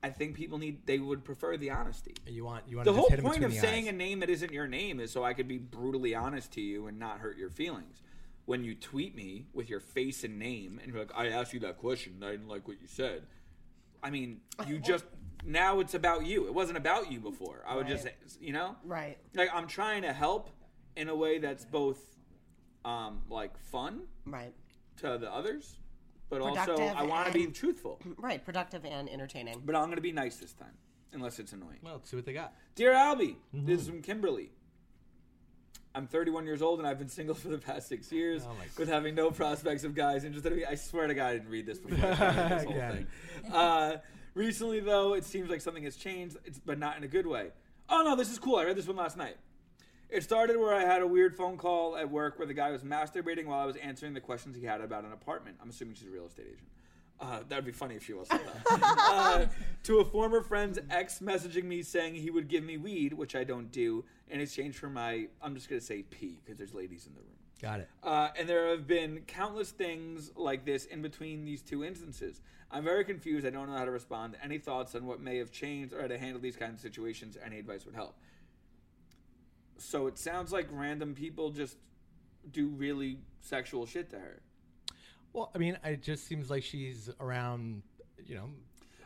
[SPEAKER 1] I think people need they would prefer the honesty.
[SPEAKER 5] You want you want
[SPEAKER 1] The
[SPEAKER 5] to
[SPEAKER 1] whole
[SPEAKER 5] just hit them
[SPEAKER 1] point
[SPEAKER 5] between
[SPEAKER 1] of
[SPEAKER 5] the
[SPEAKER 1] saying
[SPEAKER 5] eyes.
[SPEAKER 1] a name that isn't your name is so I could be brutally honest to you and not hurt your feelings. When you tweet me with your face and name and you're like, I asked you that question, and I didn't like what you said. I mean, you just now it's about you. It wasn't about you before. I would just
[SPEAKER 4] Right.
[SPEAKER 1] just you know?
[SPEAKER 4] Right.
[SPEAKER 1] Like I'm trying to help in a way that's both um like fun
[SPEAKER 4] Right.
[SPEAKER 1] to the others, but also
[SPEAKER 4] Productive
[SPEAKER 1] I want to be
[SPEAKER 4] and-
[SPEAKER 1] truthful.
[SPEAKER 4] Right. Productive and entertaining.
[SPEAKER 1] But I'm going to be nice this time, unless it's annoying.
[SPEAKER 5] Well, let's see what they got.
[SPEAKER 1] Dear Albie, this
[SPEAKER 5] Mm-hmm.
[SPEAKER 1] is from Kimberly. I'm 31 years old and I've been single for the past six years,
[SPEAKER 5] Oh my
[SPEAKER 1] with having no prospects of guys interested in me. I swear to God, I didn't read this before. I started this whole
[SPEAKER 5] Yeah.
[SPEAKER 1] thing. Uh, recently, though, it seems like something has changed, it's, but not in a good way. Oh no, this is cool. I read this one last night. It started where I had a weird phone call at work where the guy was masturbating while I was answering the questions he had about an apartment. I'm assuming she's a real estate agent. Uh, that would be funny if she was. uh, to a former friend's ex messaging me saying he would give me weed, which I don't do, in exchange for my, I'm just going to say pee because there's ladies in the room.
[SPEAKER 5] Got it.
[SPEAKER 1] Uh, and there have been countless things like this in between these two instances. I'm very confused. I don't know how to respond. Any thoughts on what may have changed or how to handle these kinds of situations? Any advice would help. So it sounds like random people just do really sexual shit to her.
[SPEAKER 5] Well, I mean, it just seems like she's around. You know,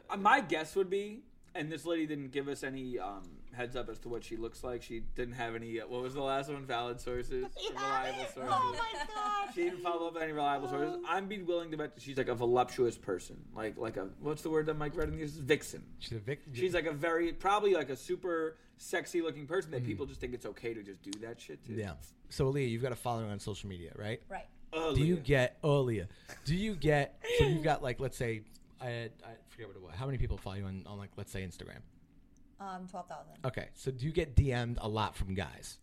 [SPEAKER 1] Uh, My guess would be, and this lady didn't give us any um, heads up as to what she looks like. She didn't have any. Uh, what was the last one? Valid sources, reliable sources.
[SPEAKER 4] Oh my God.
[SPEAKER 1] She didn't follow up with any reliable sources. I'd be willing to bet that she's like a voluptuous person, like like a what's the word that Mike Redding uses? Vixen.
[SPEAKER 5] she's a victim.
[SPEAKER 1] She's like a very probably like a super sexy looking person that people just think it's okay to just do that shit to.
[SPEAKER 5] yeah. So, Aaliyah, you've got a following on social media, right?
[SPEAKER 3] Right.
[SPEAKER 1] Oh,
[SPEAKER 5] Do you get oh, Aaliyah? Do you get? So you've got like, let's say, I, I forget what it was. How many people follow you on, on like, let's say, Instagram?
[SPEAKER 3] Um, 12,000.
[SPEAKER 5] Okay, so do you get DM'd a lot from guys?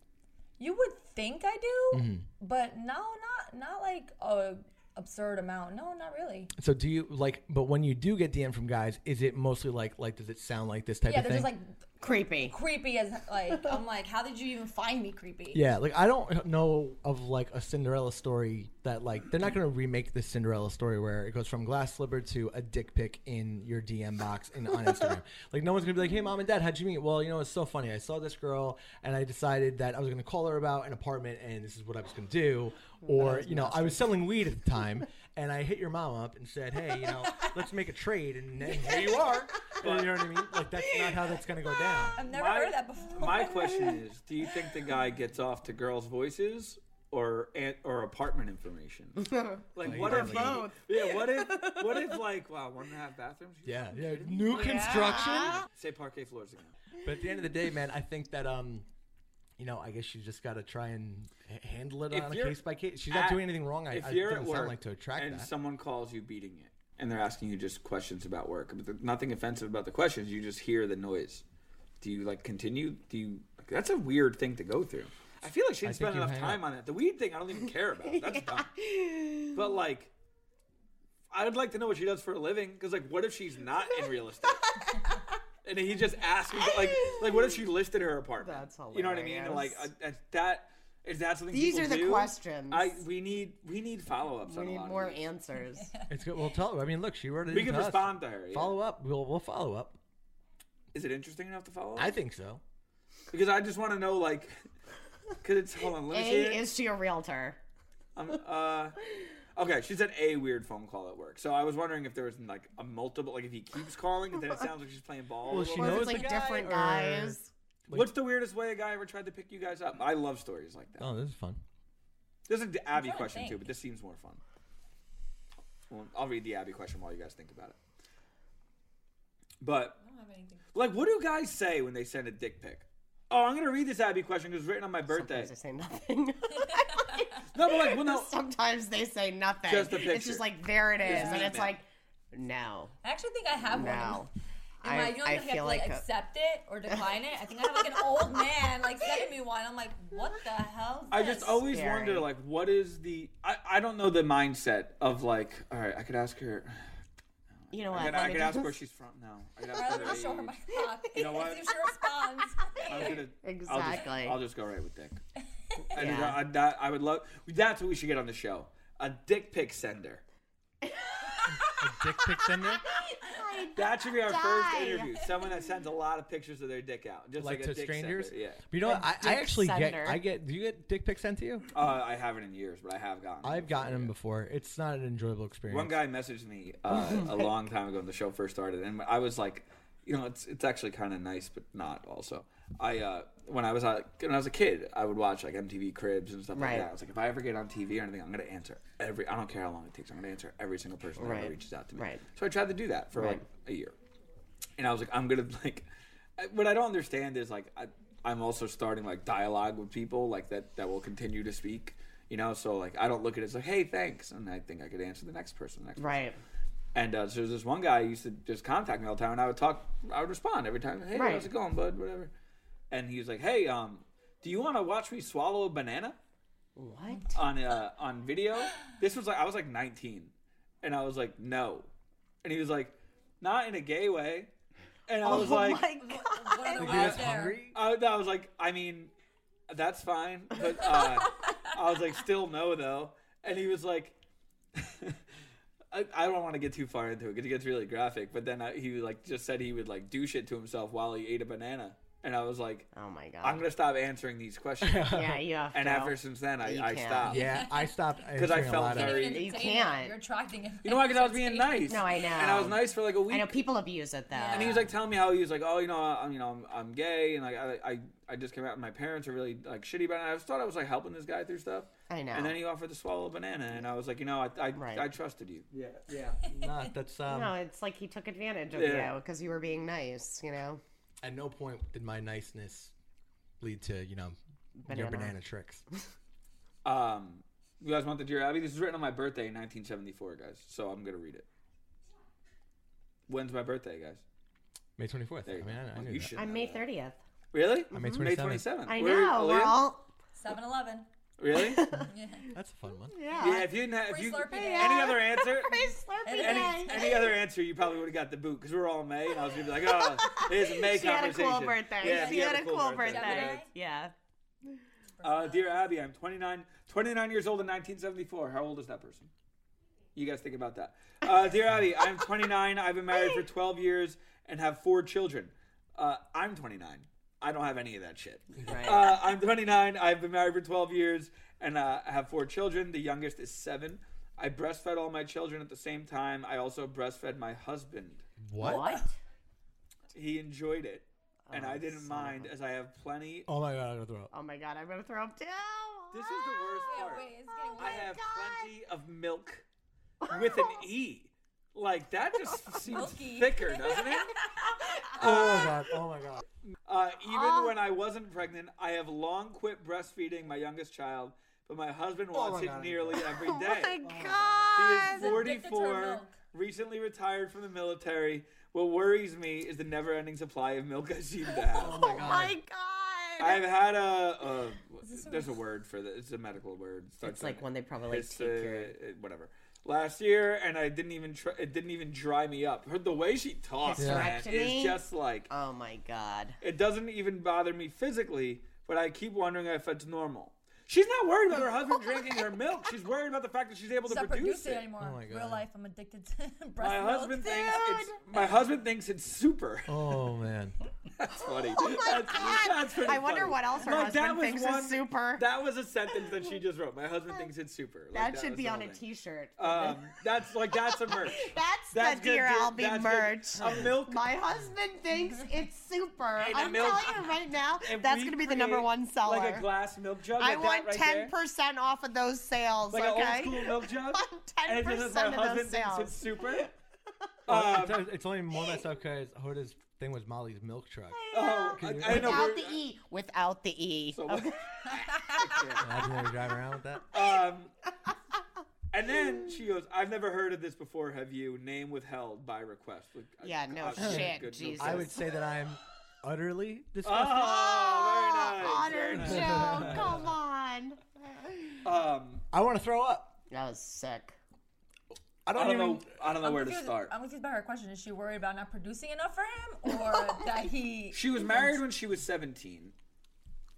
[SPEAKER 3] You would think I do,
[SPEAKER 5] Mm-hmm.
[SPEAKER 3] but no, not not like a absurd amount. No, not really.
[SPEAKER 5] So do you like? But when you do get DM from guys, is it mostly like like does it sound like this type
[SPEAKER 3] yeah,
[SPEAKER 5] of
[SPEAKER 3] they're
[SPEAKER 5] thing?
[SPEAKER 3] just like
[SPEAKER 4] creepy.
[SPEAKER 3] Creepy as like I'm like, how did you even find me creepy?
[SPEAKER 5] Yeah, like I don't know of like a Cinderella story that like they're not gonna remake this Cinderella story where it goes from glass slipper to a dick pic in your DM box in on Instagram. like no one's gonna be like, hey mom and dad, how'd you meet? Well, you know it's so funny. I saw this girl and I decided that I was gonna call her about an apartment and this is what I was gonna do. Or you know I was selling weed at the time and I hit your mom up and said, hey, you know let's make a trade and then here you are. you know what I mean? Like that's not how that's gonna go down.
[SPEAKER 3] I've never
[SPEAKER 1] My-
[SPEAKER 3] heard of that before.
[SPEAKER 1] My question is, do you think the guy gets off to girls' voices or ant- or apartment information? Like, what if he,
[SPEAKER 9] both.
[SPEAKER 1] Yeah, what if what if like wow, one and a half bathrooms? You
[SPEAKER 5] Yeah,
[SPEAKER 1] fucking
[SPEAKER 5] yeah.
[SPEAKER 1] kidding me?
[SPEAKER 5] New construction.
[SPEAKER 1] Say parquet floors again.
[SPEAKER 5] But at the end of the day, man, I think that um, you know, I guess you just got to try and h- handle it
[SPEAKER 1] If
[SPEAKER 5] on a
[SPEAKER 1] you're
[SPEAKER 5] uh, case by case. She's not
[SPEAKER 1] at-
[SPEAKER 5] doing anything wrong. I,
[SPEAKER 1] if
[SPEAKER 5] I
[SPEAKER 1] you're
[SPEAKER 5] didn't
[SPEAKER 1] at
[SPEAKER 5] sound
[SPEAKER 1] work
[SPEAKER 5] like to attract
[SPEAKER 1] and
[SPEAKER 5] that.
[SPEAKER 1] someone calls you beating it, and they're asking you just questions about work, but there's nothing offensive about the questions. You just hear the noise. Do you like continue? Do you? Like, that's a weird thing to go through. I feel like she
[SPEAKER 9] I
[SPEAKER 1] didn't
[SPEAKER 9] think
[SPEAKER 1] spend
[SPEAKER 9] you
[SPEAKER 1] enough
[SPEAKER 9] hang
[SPEAKER 1] time on that. The weed thing, I don't even care about. That's dumb. But like, I would like to know what she does for a living. Because like, what if she's not in real estate? and he just asked me like, like, what if she listed her apartment? That's You know what I mean? And, like
[SPEAKER 4] hilarious.
[SPEAKER 1] uh, that. Is that something
[SPEAKER 4] These
[SPEAKER 1] people
[SPEAKER 4] are the
[SPEAKER 1] do?
[SPEAKER 4] questions.
[SPEAKER 1] I we need we need follow ups.
[SPEAKER 4] We
[SPEAKER 1] on a
[SPEAKER 4] need
[SPEAKER 1] lot of
[SPEAKER 4] more
[SPEAKER 1] these.
[SPEAKER 4] answers.
[SPEAKER 5] It's good. Well, tell her. I mean, look, she wrote it.
[SPEAKER 1] We
[SPEAKER 5] in
[SPEAKER 1] can
[SPEAKER 5] to us.
[SPEAKER 1] respond to her, yeah.
[SPEAKER 5] Follow up. We'll we'll follow up.
[SPEAKER 1] Is it interesting enough to follow?
[SPEAKER 5] I
[SPEAKER 1] up?
[SPEAKER 5] think so.
[SPEAKER 1] because I just want to know like, because it's hold on. Let me see.
[SPEAKER 4] A
[SPEAKER 1] it.
[SPEAKER 4] is she a realtor?
[SPEAKER 1] Um, uh, okay, she said a weird phone call at work. So I was wondering if there was like a multiple, like if he keeps calling, then it sounds like she's playing ball. a
[SPEAKER 4] Well,
[SPEAKER 1] little
[SPEAKER 4] she
[SPEAKER 1] bit.
[SPEAKER 4] knows Or if it's, the like, guy, different or- guys.
[SPEAKER 1] What's the weirdest way a guy ever tried to pick you guys up? I love stories like that.
[SPEAKER 5] Oh, this is fun.
[SPEAKER 1] There's an Abby
[SPEAKER 9] trying to
[SPEAKER 1] question too,
[SPEAKER 9] think.
[SPEAKER 1] but this seems more fun. Well, I'll read the Abby question while you guys think about it. But
[SPEAKER 3] I don't have anything.
[SPEAKER 1] like, what do guys say when they send a dick pic? Oh, I'm gonna read this Abby question because it's written on my birthday.
[SPEAKER 4] They say nothing.
[SPEAKER 1] no, but like, well, no.
[SPEAKER 4] Sometimes they say nothing.
[SPEAKER 1] Just the
[SPEAKER 4] It's
[SPEAKER 1] picture.
[SPEAKER 4] just like there it is,
[SPEAKER 1] Just
[SPEAKER 4] and
[SPEAKER 1] the
[SPEAKER 4] it's
[SPEAKER 1] email.
[SPEAKER 4] like no,
[SPEAKER 3] I actually think I have one.
[SPEAKER 4] no.
[SPEAKER 3] And like, you don't
[SPEAKER 4] I
[SPEAKER 3] even have to
[SPEAKER 4] feel
[SPEAKER 3] like,
[SPEAKER 4] like a-
[SPEAKER 3] accept it or decline it. I think I have like an old man like sending me one. I'm like, what the hell? Is
[SPEAKER 1] I just
[SPEAKER 3] this?
[SPEAKER 1] always wonder, like, what is the? I, I don't know the mindset of like. All right, I could ask her.
[SPEAKER 4] You know
[SPEAKER 1] I
[SPEAKER 4] what?
[SPEAKER 1] could-
[SPEAKER 4] let
[SPEAKER 1] I
[SPEAKER 4] me
[SPEAKER 1] could
[SPEAKER 4] do
[SPEAKER 1] ask where
[SPEAKER 4] this.
[SPEAKER 1] she's from. No, I could
[SPEAKER 3] Or
[SPEAKER 1] ask
[SPEAKER 3] let
[SPEAKER 1] her
[SPEAKER 3] me show her
[SPEAKER 1] age.
[SPEAKER 3] my cock.
[SPEAKER 1] You know what?
[SPEAKER 3] See if she responds.
[SPEAKER 1] I was gonna, I'll just,
[SPEAKER 4] Exactly.
[SPEAKER 1] I'll just go right with dick. I, mean,
[SPEAKER 4] Yeah.
[SPEAKER 1] I, that, I would love. That's what we should get on the show. A dick pic sender. a dick pic sender. That should be our first
[SPEAKER 9] die.
[SPEAKER 1] interview. Someone that sends a lot of pictures of their dick out, just like,
[SPEAKER 5] Like,
[SPEAKER 1] a
[SPEAKER 5] to
[SPEAKER 1] dick
[SPEAKER 5] strangers.
[SPEAKER 1] Sender. Yeah.
[SPEAKER 5] But you know what? I, I
[SPEAKER 1] dick
[SPEAKER 5] actually
[SPEAKER 1] sender.
[SPEAKER 5] get. I get. Do you get dick pics sent to you?
[SPEAKER 1] Uh, I haven't in years, but I have gotten. them
[SPEAKER 5] I've
[SPEAKER 1] before.
[SPEAKER 5] gotten them before. It's not an enjoyable experience.
[SPEAKER 1] One guy messaged me uh,
[SPEAKER 4] Oh
[SPEAKER 1] a long time ago when the show first started, and I was like, you know, it's it's actually kind of nice, but not also. I uh, when I was uh, when I was a kid, I would watch like MTV Cribs and stuff
[SPEAKER 4] Right.
[SPEAKER 1] like that. I was like, if I ever get on TV or anything, I'm gonna answer every. I don't care how long it takes. I'm gonna answer every single person that
[SPEAKER 4] Right.
[SPEAKER 1] ever reaches out to me.
[SPEAKER 4] Right.
[SPEAKER 1] So I tried to do that for like a year, and I was like, I'm gonna like. I- What I don't understand is like I, I'm also starting like dialogue with people like that that will continue to speak. You know, so like I don't look at it as like, hey, thanks, and I think I could answer the next person. The next
[SPEAKER 4] Right.
[SPEAKER 1] and uh, so there's this one guy who used to just contact me all the time, and I would talk, I would respond every time. Hey,
[SPEAKER 4] Right.
[SPEAKER 1] how's it going, bud? Whatever. And he was like, Hey, um, do you want to watch me swallow a banana
[SPEAKER 4] What?
[SPEAKER 1] on uh, on video? This was like I was like 19, and I was like, No. And he was like, Not in a gay way. And I was like,
[SPEAKER 3] What are the
[SPEAKER 1] Like,
[SPEAKER 3] odds
[SPEAKER 1] dude,
[SPEAKER 3] there?
[SPEAKER 1] I, I was like, I mean, that's fine, but uh, I was like, still no though. And he was like, I, I don't want to get too far into it because it gets really graphic. But then I, he like just said he would like do shit to himself while he ate a banana, and I was like,
[SPEAKER 4] Oh my god,
[SPEAKER 1] I'm gonna stop answering these questions.
[SPEAKER 4] Yeah, you have
[SPEAKER 1] And
[SPEAKER 4] to.
[SPEAKER 1] after since then, I,
[SPEAKER 4] You
[SPEAKER 1] I
[SPEAKER 4] can't.
[SPEAKER 1] stopped.
[SPEAKER 5] Yeah, I stopped
[SPEAKER 1] because I
[SPEAKER 5] answering a
[SPEAKER 1] felt
[SPEAKER 5] lot of-
[SPEAKER 1] very.
[SPEAKER 4] You
[SPEAKER 3] Saying
[SPEAKER 4] can't.
[SPEAKER 3] You're attracting him.
[SPEAKER 1] You know why? Because I was being nice.
[SPEAKER 4] No, I know.
[SPEAKER 1] And I was nice for like a week.
[SPEAKER 4] I know people abuse it though.
[SPEAKER 1] And he was like telling me how he was like, oh, you know, I'm, you know, I'm, I'm gay, and like I, I, I just came out, and my parents are really like shitty about it. I just thought I was like helping this guy through stuff.
[SPEAKER 4] I know.
[SPEAKER 1] And then he offered to swallow a banana, and I was like, you know, I, I, I trusted you. Yeah, yeah.
[SPEAKER 5] Not that's um.
[SPEAKER 4] no, it's like he took advantage of
[SPEAKER 5] Yeah.
[SPEAKER 4] you because you were being nice. You know.
[SPEAKER 5] At no point did my niceness lead to you know your
[SPEAKER 4] Banana.
[SPEAKER 5] banana tricks.
[SPEAKER 1] Um, you guys want the dear Abby? This is written on my birthday in 1974, guys. So I'm gonna read it. When's my birthday, guys?
[SPEAKER 5] May twenty fourth. I
[SPEAKER 1] you
[SPEAKER 5] mean,
[SPEAKER 1] go. Oh,
[SPEAKER 5] I, I knew
[SPEAKER 1] You
[SPEAKER 5] that.
[SPEAKER 1] should
[SPEAKER 4] I'm May 30th.
[SPEAKER 1] Really?
[SPEAKER 5] I'm May
[SPEAKER 1] May
[SPEAKER 5] 27th.
[SPEAKER 1] 27th.
[SPEAKER 4] I
[SPEAKER 1] Where-
[SPEAKER 4] know. We're
[SPEAKER 1] Aaliyah?
[SPEAKER 4] all
[SPEAKER 3] 7-Eleven.
[SPEAKER 1] Really?
[SPEAKER 5] That's a fun one.
[SPEAKER 1] Yeah. if you didn't have if
[SPEAKER 3] Free
[SPEAKER 1] you,
[SPEAKER 3] Slurpee
[SPEAKER 1] any
[SPEAKER 3] Day.
[SPEAKER 1] other answer,
[SPEAKER 3] Free Slurpee
[SPEAKER 1] any,
[SPEAKER 3] Day.
[SPEAKER 1] any other answer, you probably would have got the boot because we were all in May, and I was gonna be like, oh, it's a May
[SPEAKER 4] she had a
[SPEAKER 1] conversation.
[SPEAKER 4] cool birthday.
[SPEAKER 1] Yeah,
[SPEAKER 4] she
[SPEAKER 1] you
[SPEAKER 4] had a cool birthday.
[SPEAKER 1] right?
[SPEAKER 4] Yeah.
[SPEAKER 1] Uh, dear Abby, I'm 29, 29 years old in 1974. How old is that person? You guys think about that. Uh, dear Abby, I'm 29. I've been married for 12 years and have four children. Uh, I'm 29. I don't have any of that shit.
[SPEAKER 4] Right.
[SPEAKER 1] Uh, I'm 29. I've been married for 12 years and uh, I have four children. The youngest is seven. I breastfed all my children at the same time. I also breastfed my husband.
[SPEAKER 5] What? What?
[SPEAKER 1] He enjoyed it, and
[SPEAKER 4] Oh,
[SPEAKER 1] I didn't mind, as I have plenty
[SPEAKER 5] Oh my god, I'm gonna throw up.
[SPEAKER 4] Oh my god, I'm gonna throw up too.
[SPEAKER 1] This is the worst part. I have plenty of milk with an E. Like that just seems thicker, doesn't it? Ah.
[SPEAKER 5] Oh my god. Oh my god.
[SPEAKER 1] Uh, even when I wasn't pregnant, I have long quit breastfeeding my youngest child, but Oh my husband wants it nearly every
[SPEAKER 4] Oh
[SPEAKER 1] day.
[SPEAKER 4] my
[SPEAKER 1] He is 44, recently retired from the military. What worries me is the never-ending supply of milk I seem to have. Oh my
[SPEAKER 4] god.
[SPEAKER 1] I've had a, a there's a word for this. It's a medical word.
[SPEAKER 4] It's like when they probably, like,
[SPEAKER 1] It's,
[SPEAKER 4] take
[SPEAKER 1] uh, it- whatever. Last year, and I didn't even try, it didn't even dry me up. Her, the way she talks, man,
[SPEAKER 4] Hysterectomy?
[SPEAKER 1] is just like
[SPEAKER 4] oh my god.
[SPEAKER 1] It doesn't even bother me physically, but I keep wondering if it's normal. She's not worried about her husband drinking her milk. She's worried about the fact that she's able to
[SPEAKER 3] Stop
[SPEAKER 1] produce
[SPEAKER 3] producing
[SPEAKER 1] it.
[SPEAKER 3] anymore. Real life, I'm addicted to breast
[SPEAKER 1] Oh My
[SPEAKER 3] milk.
[SPEAKER 1] husband thinks it's my husband thinks it's super.
[SPEAKER 5] Oh man.
[SPEAKER 1] That's funny. that's, that's pretty
[SPEAKER 4] Oh I wonder
[SPEAKER 1] funny.
[SPEAKER 4] what else her
[SPEAKER 1] Like, that
[SPEAKER 4] husband
[SPEAKER 1] was
[SPEAKER 4] thinks
[SPEAKER 1] one-
[SPEAKER 4] is super.
[SPEAKER 1] That was a sentence that she just wrote. My husband thinks it's super. Like,
[SPEAKER 4] That, should
[SPEAKER 1] was
[SPEAKER 4] be
[SPEAKER 1] the
[SPEAKER 4] on
[SPEAKER 1] whole
[SPEAKER 4] a
[SPEAKER 1] thing.
[SPEAKER 4] T-shirt.
[SPEAKER 1] Um, that's like that's a merch.
[SPEAKER 4] That's,
[SPEAKER 1] That's
[SPEAKER 4] the
[SPEAKER 1] good,
[SPEAKER 4] Dear
[SPEAKER 1] dude.
[SPEAKER 4] Albie
[SPEAKER 1] That's good. Oh,
[SPEAKER 4] merch.
[SPEAKER 1] A milk-
[SPEAKER 4] My husband thinks it's super.
[SPEAKER 1] And a
[SPEAKER 4] I'm
[SPEAKER 1] milk-
[SPEAKER 4] telling you right now,
[SPEAKER 1] If
[SPEAKER 4] that's
[SPEAKER 1] we
[SPEAKER 4] going to be the number
[SPEAKER 1] create,
[SPEAKER 4] one seller.
[SPEAKER 1] Like a glass milk jug.
[SPEAKER 4] I
[SPEAKER 1] like
[SPEAKER 4] want
[SPEAKER 1] that right there.
[SPEAKER 4] 10% off of those sales,
[SPEAKER 1] Like
[SPEAKER 4] okay?
[SPEAKER 1] an old school milk jug. and it just says
[SPEAKER 4] 10%
[SPEAKER 1] my
[SPEAKER 4] of those
[SPEAKER 1] husband thinks
[SPEAKER 4] sales.
[SPEAKER 1] it's super. Oh,
[SPEAKER 5] Well, it's- it's, only more messed up because Hoda's thing was Molly's milk truck.
[SPEAKER 1] Oh, I, I know.
[SPEAKER 4] Without
[SPEAKER 1] we're-
[SPEAKER 4] the E. Without the E. Okay.
[SPEAKER 5] Imagine they were driving around with that.
[SPEAKER 1] Um, and then she goes, "I've never heard of this before. Have you? Name withheld by request." Like, I-
[SPEAKER 4] Yeah, no
[SPEAKER 1] obviously,
[SPEAKER 4] shit,
[SPEAKER 1] good-
[SPEAKER 4] Jesus.
[SPEAKER 5] I would say that I'm utterly
[SPEAKER 1] Ah.
[SPEAKER 5] disgusted.
[SPEAKER 1] Oh, very
[SPEAKER 4] Honor
[SPEAKER 1] nice.
[SPEAKER 4] Joe,
[SPEAKER 1] very nice.
[SPEAKER 4] come on.
[SPEAKER 1] Um,
[SPEAKER 5] I want to throw up.
[SPEAKER 4] That was sick.
[SPEAKER 5] I don't,
[SPEAKER 1] I don't
[SPEAKER 5] even.
[SPEAKER 1] know. I don't know
[SPEAKER 3] I'm
[SPEAKER 1] where to
[SPEAKER 3] confused-
[SPEAKER 1] start.
[SPEAKER 3] I'm confused by her question. Is she worried about not producing enough for him, or that he?
[SPEAKER 1] She was married when she was 17.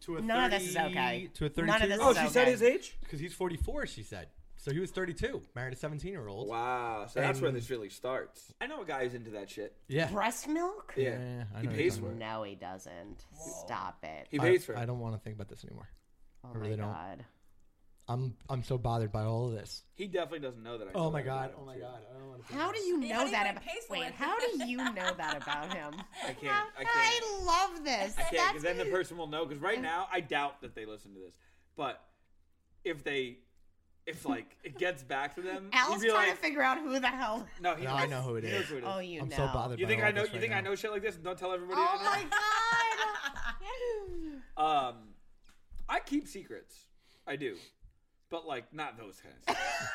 [SPEAKER 5] To a
[SPEAKER 4] None of this is
[SPEAKER 5] 30
[SPEAKER 4] okay.
[SPEAKER 5] To a 32
[SPEAKER 4] None of this
[SPEAKER 5] year old.
[SPEAKER 4] is Oh, she said okay.
[SPEAKER 1] his age?
[SPEAKER 5] Because he's 44, she said. So he was 32, married a 17 year old.
[SPEAKER 1] Wow, so that's where
[SPEAKER 5] And-
[SPEAKER 1] this really starts. I know a guy who's into that shit.
[SPEAKER 5] Yeah.
[SPEAKER 4] Breast milk?
[SPEAKER 1] Yeah,
[SPEAKER 5] I
[SPEAKER 1] he
[SPEAKER 5] know
[SPEAKER 1] pays
[SPEAKER 5] you're
[SPEAKER 1] for it.
[SPEAKER 4] No, he doesn't. Stop it.
[SPEAKER 1] He
[SPEAKER 5] I-
[SPEAKER 1] pays for
[SPEAKER 5] I
[SPEAKER 1] it.
[SPEAKER 5] don't want to think about this anymore.
[SPEAKER 4] Oh
[SPEAKER 5] I
[SPEAKER 4] my
[SPEAKER 5] really don't.
[SPEAKER 4] god.
[SPEAKER 5] I'm I'm so bothered by all of this.
[SPEAKER 1] He definitely doesn't know that. I
[SPEAKER 5] Oh
[SPEAKER 1] told
[SPEAKER 5] my
[SPEAKER 1] her
[SPEAKER 5] god.
[SPEAKER 1] about
[SPEAKER 5] Oh
[SPEAKER 1] it,
[SPEAKER 5] my
[SPEAKER 1] too.
[SPEAKER 5] god. I don't want to.
[SPEAKER 4] How do you know
[SPEAKER 3] do
[SPEAKER 4] that
[SPEAKER 3] you
[SPEAKER 4] about
[SPEAKER 3] pay for
[SPEAKER 4] Wait,
[SPEAKER 3] it?
[SPEAKER 4] how do you know that about him?
[SPEAKER 1] I can't. I can't.
[SPEAKER 4] I love this.
[SPEAKER 1] I can't because
[SPEAKER 4] That's
[SPEAKER 1] then the person will know. Because right now, I doubt that they listen to this. But if they, if like it gets back to them,
[SPEAKER 4] Al's
[SPEAKER 1] he'd be
[SPEAKER 4] trying
[SPEAKER 1] like,
[SPEAKER 4] to figure out who the hell.
[SPEAKER 1] "No, he
[SPEAKER 5] No,
[SPEAKER 1] knows,
[SPEAKER 5] I know who it
[SPEAKER 1] he
[SPEAKER 5] is.
[SPEAKER 1] knows Who it is.
[SPEAKER 4] Oh, you
[SPEAKER 5] I'm
[SPEAKER 4] know.
[SPEAKER 5] so bothered.
[SPEAKER 1] You
[SPEAKER 5] by
[SPEAKER 1] think
[SPEAKER 5] all
[SPEAKER 1] I know?
[SPEAKER 5] This
[SPEAKER 1] You think
[SPEAKER 5] right
[SPEAKER 1] I know shit like this? and Don't tell everybody.
[SPEAKER 4] Oh
[SPEAKER 1] I know?
[SPEAKER 4] my god.
[SPEAKER 1] Um, I keep secrets. I do, but like not those kinds. Of stuff.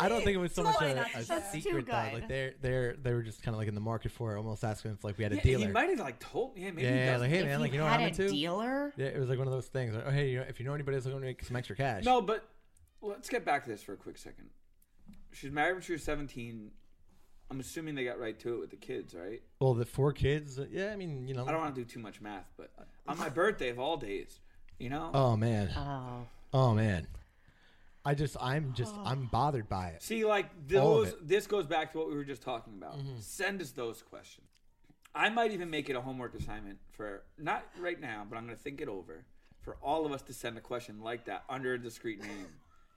[SPEAKER 5] I don't think it was so much
[SPEAKER 3] Totally
[SPEAKER 5] a,
[SPEAKER 3] not
[SPEAKER 5] a
[SPEAKER 3] to share.
[SPEAKER 4] too
[SPEAKER 5] secret though.
[SPEAKER 4] good.
[SPEAKER 5] Like they're they're they were just kind of like in the market for it, almost asking if like we had a
[SPEAKER 1] yeah,
[SPEAKER 5] dealer.
[SPEAKER 1] he might have like told. Yeah, maybe. he
[SPEAKER 5] yeah,
[SPEAKER 1] doesn't.
[SPEAKER 5] like hey
[SPEAKER 4] If
[SPEAKER 5] man,
[SPEAKER 4] you
[SPEAKER 5] like you know what
[SPEAKER 4] had
[SPEAKER 5] I'm
[SPEAKER 4] a
[SPEAKER 5] into?
[SPEAKER 4] dealer?
[SPEAKER 5] Yeah, it was like one of those things. Like, oh hey, you know, if you know anybody that's looking to make some extra cash,
[SPEAKER 1] No, but let's get back to this for a quick second. She's married when she was seventeen. I'm assuming they got right to it with the kids, right?
[SPEAKER 5] well the four kids. uh, Yeah, I mean you know.
[SPEAKER 1] I don't want to do too much math, but on my birthday of all days, you know.
[SPEAKER 5] Oh man.
[SPEAKER 4] Oh.
[SPEAKER 5] Oh man. I just I'm just I'm bothered by it.
[SPEAKER 1] See, like
[SPEAKER 5] All of Mm-hmm.
[SPEAKER 1] those. This goes back to what we were just talking about. Send us those questions. I might even make it a homework assignment for not right now, but I'm going to think it over for all of us to send a question like that under a discreet name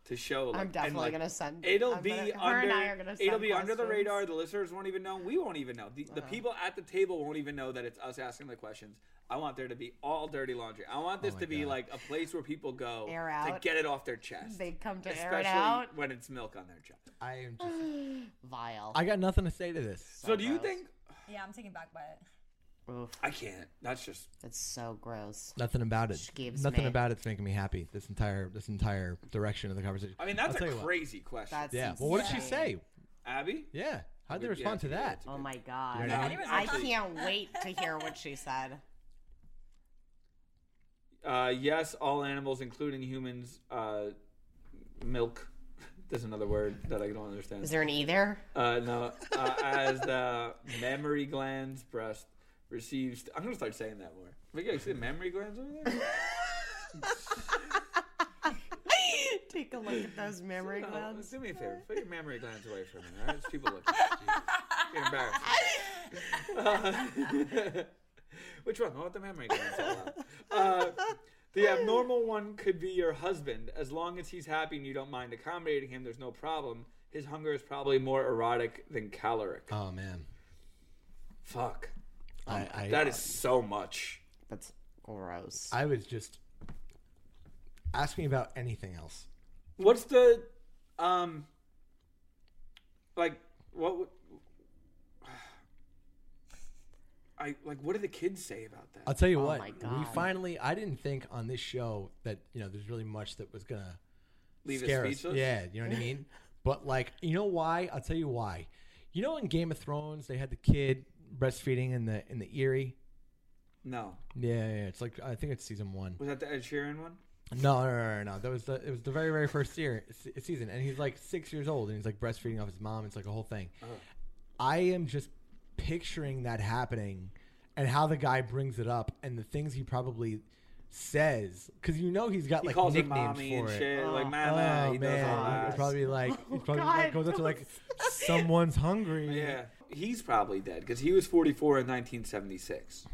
[SPEAKER 1] to show. Like,
[SPEAKER 4] I'm
[SPEAKER 1] and,
[SPEAKER 4] definitely
[SPEAKER 1] like,
[SPEAKER 4] gonna send-
[SPEAKER 1] It'll
[SPEAKER 4] I'm
[SPEAKER 1] be
[SPEAKER 4] gonna-
[SPEAKER 1] under.
[SPEAKER 4] her and I are gonna
[SPEAKER 1] it'll
[SPEAKER 4] send
[SPEAKER 1] be under the
[SPEAKER 4] questions. Uh-huh.
[SPEAKER 1] radar. The listeners won't even know. We won't even know. The, the people at the table won't even know that it's us asking the questions. I want there to be all dirty laundry. I
[SPEAKER 5] Oh
[SPEAKER 1] want this to be like a place where people go
[SPEAKER 4] Air
[SPEAKER 1] to
[SPEAKER 4] out.
[SPEAKER 1] get it off their chest.
[SPEAKER 4] They come to air it
[SPEAKER 1] especially
[SPEAKER 4] out.
[SPEAKER 1] when it's milk on their chest.
[SPEAKER 5] I am just
[SPEAKER 4] Vile.
[SPEAKER 5] I got nothing to say to this.
[SPEAKER 1] So do you think
[SPEAKER 3] yeah, I'm taken back by it.
[SPEAKER 4] Oof,
[SPEAKER 1] I can't? That's just
[SPEAKER 4] that's so gross.
[SPEAKER 5] Nothing about it.
[SPEAKER 4] Just gives
[SPEAKER 5] Nothing
[SPEAKER 4] me-
[SPEAKER 5] about it's making me happy. This entire this entire direction of the conversation.
[SPEAKER 1] I mean that's
[SPEAKER 5] I'll
[SPEAKER 1] a
[SPEAKER 5] tell you what.
[SPEAKER 1] crazy question.
[SPEAKER 4] That's
[SPEAKER 5] Yeah. Well, what did she
[SPEAKER 4] insane.
[SPEAKER 5] say?
[SPEAKER 1] Abby?
[SPEAKER 5] Yeah. How'd they
[SPEAKER 1] Yeah,
[SPEAKER 5] respond to
[SPEAKER 1] yeah,
[SPEAKER 5] that?
[SPEAKER 1] it's a
[SPEAKER 4] Oh
[SPEAKER 1] good-
[SPEAKER 4] my god.
[SPEAKER 5] Yeah,
[SPEAKER 4] I
[SPEAKER 3] anyways,
[SPEAKER 4] I
[SPEAKER 3] I'll-
[SPEAKER 4] can't wait to hear what she said.
[SPEAKER 1] Uh, yes, all animals, including humans, uh, milk. There's another word that I don't understand.
[SPEAKER 4] Is there an E there?
[SPEAKER 1] Uh, no. Uh, as the memory glands breast receives. I'm gonna start saying that more. We got see the memory glands over there.
[SPEAKER 4] Take a look at those memory
[SPEAKER 1] No,
[SPEAKER 4] glands.
[SPEAKER 1] Do me a favor. Put your memory glands away from me. All right? There's people looking. at you. You're embarrassing. Uh, which one? What the memory glands? all out. Uh, the abnormal one could be your husband. As long as he's happy and you don't mind accommodating him, there's no problem. His hunger is probably more erotic than caloric.
[SPEAKER 5] Oh man,
[SPEAKER 1] fuck.
[SPEAKER 5] I, I,
[SPEAKER 1] that is so much.
[SPEAKER 4] That's gross.
[SPEAKER 5] I was just ask me about anything else.
[SPEAKER 1] What's the um like what would I like what do the kids say about that?
[SPEAKER 5] I'll tell you what. We finally, I didn't think on this show that you know there's really much that was gonna
[SPEAKER 1] Leave us
[SPEAKER 5] scare
[SPEAKER 1] speechless?
[SPEAKER 5] Yeah, you know what I mean. But like, you know why? I'll tell you why. You know, in Game of Thrones, they had the kid breastfeeding in the in the Erie.
[SPEAKER 1] No.
[SPEAKER 5] Yeah, yeah, yeah. it's like I think it's season one.
[SPEAKER 1] Was that the Ed Sheeran one?
[SPEAKER 5] No, no, no, no, no. That was the it was the very very first year se- season, and he's like six years old, and he's like breastfeeding off his mom. It's like a whole thing.
[SPEAKER 1] Oh.
[SPEAKER 5] I am just picturing that happening, and how the guy brings it up, and the things he probably says, because you know he's got
[SPEAKER 1] He
[SPEAKER 5] like
[SPEAKER 1] calls her
[SPEAKER 5] nicknames
[SPEAKER 1] mommy
[SPEAKER 5] for
[SPEAKER 1] and
[SPEAKER 5] it.
[SPEAKER 1] shit, like,
[SPEAKER 5] oh,
[SPEAKER 1] "Mama," he does all
[SPEAKER 5] man,
[SPEAKER 1] that. Oh,
[SPEAKER 5] he's probably like he probably like,
[SPEAKER 1] God,
[SPEAKER 5] goes up to like someone's hungry.
[SPEAKER 1] Yeah. He's probably dead because he was 44 in 1976.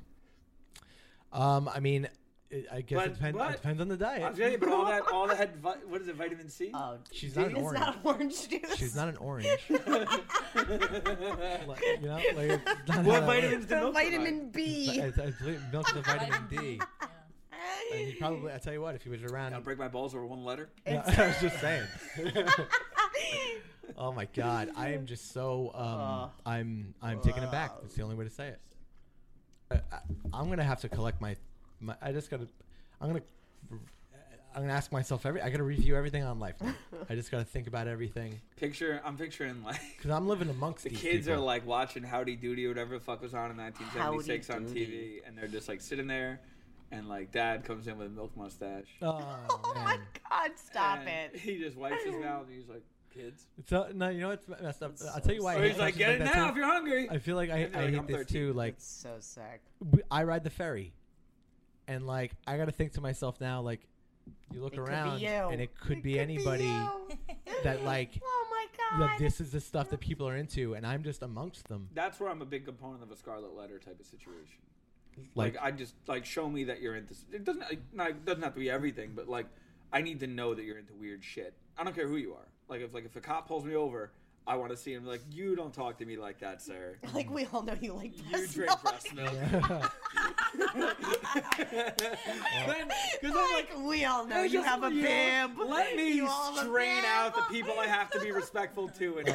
[SPEAKER 5] Um, I mean, it, I guess
[SPEAKER 1] But-
[SPEAKER 5] it, depends,
[SPEAKER 1] but-
[SPEAKER 5] it depends on the diet.
[SPEAKER 1] I'll tell you, but all that, all that had, vi- what is it, vitamin C?
[SPEAKER 4] Oh,
[SPEAKER 5] She's not an
[SPEAKER 4] It's
[SPEAKER 5] orange.
[SPEAKER 4] not orange juice.
[SPEAKER 5] She's not an orange. Like, you know, like, it's not
[SPEAKER 1] What
[SPEAKER 5] how that
[SPEAKER 1] vitamins
[SPEAKER 5] works.
[SPEAKER 1] did milk provide?
[SPEAKER 4] Vitamin B.
[SPEAKER 5] I, I believe milk's the vitamin D. And he probably, I tell you what, if he was around,
[SPEAKER 1] I'll break my balls over one letter.
[SPEAKER 5] No, I was just saying. oh my god, I am just so um, I'm I'm taken aback. That's the only way to say it. I, I, I'm gonna have to collect my, my. I just gotta. I'm gonna. I'm gonna ask myself every. I gotta review everything on life. now. I just gotta think about everything
[SPEAKER 1] Picture, I'm picturing like
[SPEAKER 5] because I'm living amongst
[SPEAKER 1] the
[SPEAKER 5] these
[SPEAKER 1] kids
[SPEAKER 5] people.
[SPEAKER 1] are like watching Howdy Doody, or whatever the fuck was on in 1976
[SPEAKER 4] Howdy
[SPEAKER 1] on TV, and they're just like sitting there, and like dad comes in with a milk mustache.
[SPEAKER 5] Oh, man.
[SPEAKER 4] God, stop
[SPEAKER 1] and
[SPEAKER 4] it.
[SPEAKER 1] He just wipes his mouth, and he's like, kids.
[SPEAKER 5] So no, you know what's messed up. I'll tell you why. I
[SPEAKER 1] Or
[SPEAKER 5] hate
[SPEAKER 1] he's like,
[SPEAKER 5] questions
[SPEAKER 1] get it
[SPEAKER 5] that,
[SPEAKER 1] now
[SPEAKER 5] too.
[SPEAKER 1] if you're hungry.
[SPEAKER 5] I feel like I,
[SPEAKER 1] And
[SPEAKER 5] I
[SPEAKER 1] they're like,
[SPEAKER 5] hate
[SPEAKER 1] "I'm
[SPEAKER 5] this
[SPEAKER 1] 13."
[SPEAKER 5] too. Like
[SPEAKER 4] So sick.
[SPEAKER 5] w- I ride the ferry, and like I gotta think to myself now, like you look
[SPEAKER 4] It could be
[SPEAKER 5] around
[SPEAKER 4] you.
[SPEAKER 5] and it could be anybody that like
[SPEAKER 4] Oh my god.
[SPEAKER 5] that this is the stuff that people are into, and I'm just amongst them.
[SPEAKER 1] That's where I'm a big component of a Scarlet Letter type of situation.
[SPEAKER 5] Like,
[SPEAKER 1] Like, I just like show me that you're into. It doesn't like, not, it doesn't have to be everything, but like I need to know that you're into weird shit. I don't care who you are. Like if like if a cop pulls me over, I want to see him like you don't talk to me like that, sir.
[SPEAKER 4] Like we all know you like
[SPEAKER 1] You
[SPEAKER 4] breast
[SPEAKER 1] drink
[SPEAKER 4] milk.
[SPEAKER 1] breast milk. Then- 'cause I'm like, "Oh,
[SPEAKER 4] Like we all know
[SPEAKER 1] Hey,
[SPEAKER 4] you
[SPEAKER 1] just-
[SPEAKER 4] have a bib.
[SPEAKER 1] Let me
[SPEAKER 4] You all have a
[SPEAKER 1] strain out the
[SPEAKER 4] bib.
[SPEAKER 1] people I have to be respectful to, and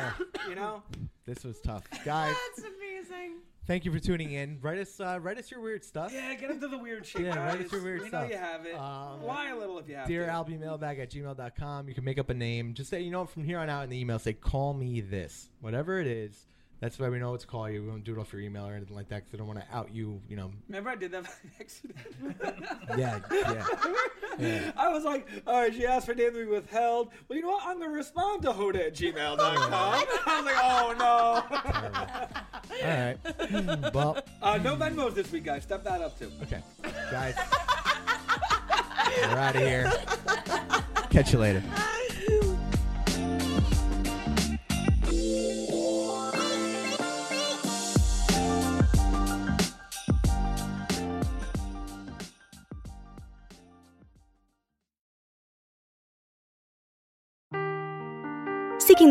[SPEAKER 1] you know,
[SPEAKER 5] this was tough, guys.
[SPEAKER 4] That's amazing.
[SPEAKER 5] Thank you for tuning in. Write us, uh, write us your weird stuff.
[SPEAKER 1] yeah, get into the weird shit.
[SPEAKER 5] Yeah, right
[SPEAKER 1] guys.
[SPEAKER 5] into weird
[SPEAKER 1] we
[SPEAKER 5] stuff.
[SPEAKER 1] know you have it.
[SPEAKER 5] Um,
[SPEAKER 1] Lie a little if you have
[SPEAKER 5] Dear
[SPEAKER 1] to.
[SPEAKER 5] Albie mailbag at gmail.com. You can make up a name. Just say, you know, from here on out in the email, say, call me this. Whatever it is. That's why we know what to call you. We don't do it off your email or anything like that because I don't want to out you, you know.
[SPEAKER 1] Remember, I did that by accident.
[SPEAKER 5] Yeah, yeah.
[SPEAKER 1] I was like, all right, she asked for name to be withheld. Well, you know what? I'm going to respond to hoda at gmail.com. I was like, oh,
[SPEAKER 5] All right. Well,
[SPEAKER 1] no. Uh, no Venmos this week, guys. Step that up, too.
[SPEAKER 5] okay. Guys, we're out of here. Catch you later.
[SPEAKER 9] Seeking